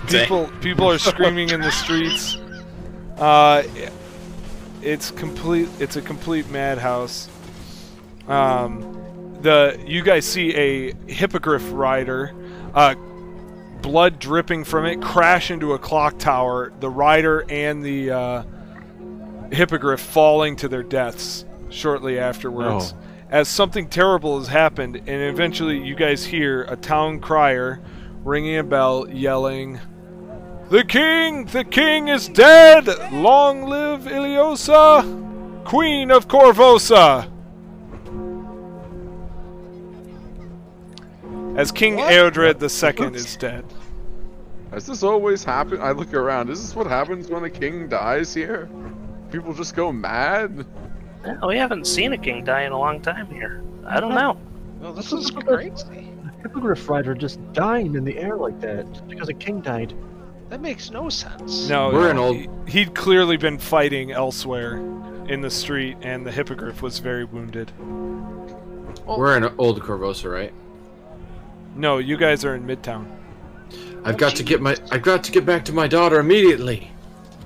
S1: People people are screaming in the streets. Uh, it's complete. It's a complete madhouse. Um, the you guys see a hippogriff rider, uh, blood dripping from it, crash into a clock tower. The rider and the uh, hippogriff falling to their deaths shortly afterwards.
S2: No.
S1: As something terrible has happened, and eventually you guys hear a town crier ringing a bell, yelling, "The king! The king is dead! Long live Iliosa, Queen of Corvosa!" As King
S6: What?
S1: Eodred II is dead.
S5: Has this always happened? I look around. Is this what happens when a king dies here? People just go mad?
S7: Yeah, we haven't seen a king die in a long time here. I don't know.
S6: Well, this is crazy.
S4: Hippogriff Rider just dying in the air like that just because a king died.
S6: That makes no sense.
S1: No,
S3: We're
S1: no,
S3: an old-
S1: he- He'd clearly been fighting elsewhere in the street, and the hippogriff was very wounded.
S3: We're in old Corvosa, right?
S1: No, you guys are in Midtown.
S3: I've got to get my. I've got to get back to my daughter immediately.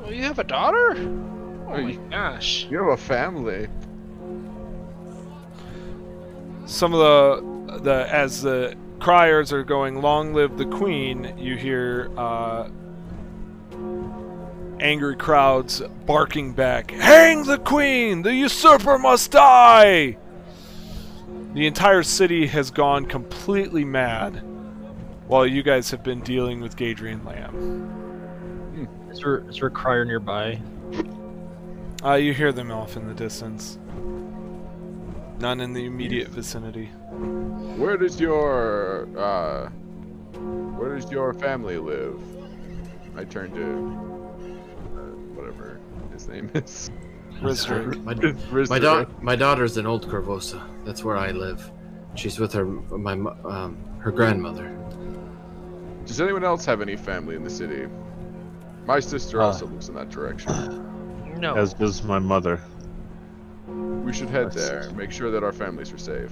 S6: Oh, you have a daughter? Oh my
S5: you-
S6: gosh.
S5: You have a family.
S1: some of the the as the criers are going long live the queen you hear uh, angry crowds barking back, Hang the queen! The usurper must die! The entire city has gone completely mad while you guys have been dealing with Gadrian Lamb.
S4: Hmm. Is there is there a crier nearby?
S1: Uh, you hear them off in the distance. None in the immediate vicinity.
S5: Where does your uh, where does your family live? I turn to uh, whatever his name is.
S1: Rizdrick.
S3: My, my,
S5: Rizdrick.
S3: da- my daughter's in Old Corvosa. That's where I live. She's with her my mo- um, her grandmother.
S5: Does anyone else have any family in the city? My sister
S2: Uh.
S5: also lives in that direction.
S6: No.
S2: as does my mother.
S5: We should
S2: My
S5: head there.
S2: sister.
S5: Make sure that our families are safe.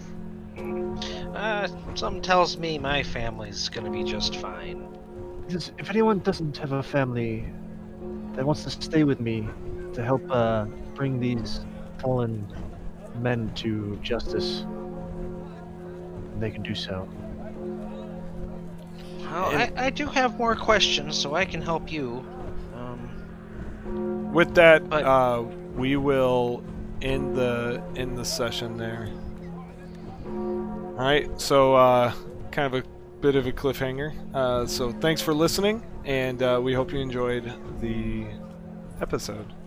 S6: Uh, something tells me my family's gonna be just fine.
S4: Just- if anyone doesn't have a family that wants to stay with me to help uh, bring these fallen men to justice, they can do so.
S6: Well, I, I do have more questions, so I can help you. Um,
S1: With that,
S6: But-
S1: uh, we will end the end the session there. All right, so uh, kind of a bit of a cliffhanger. Uh, so thanks for listening, and uh, we hope you enjoyed the episode.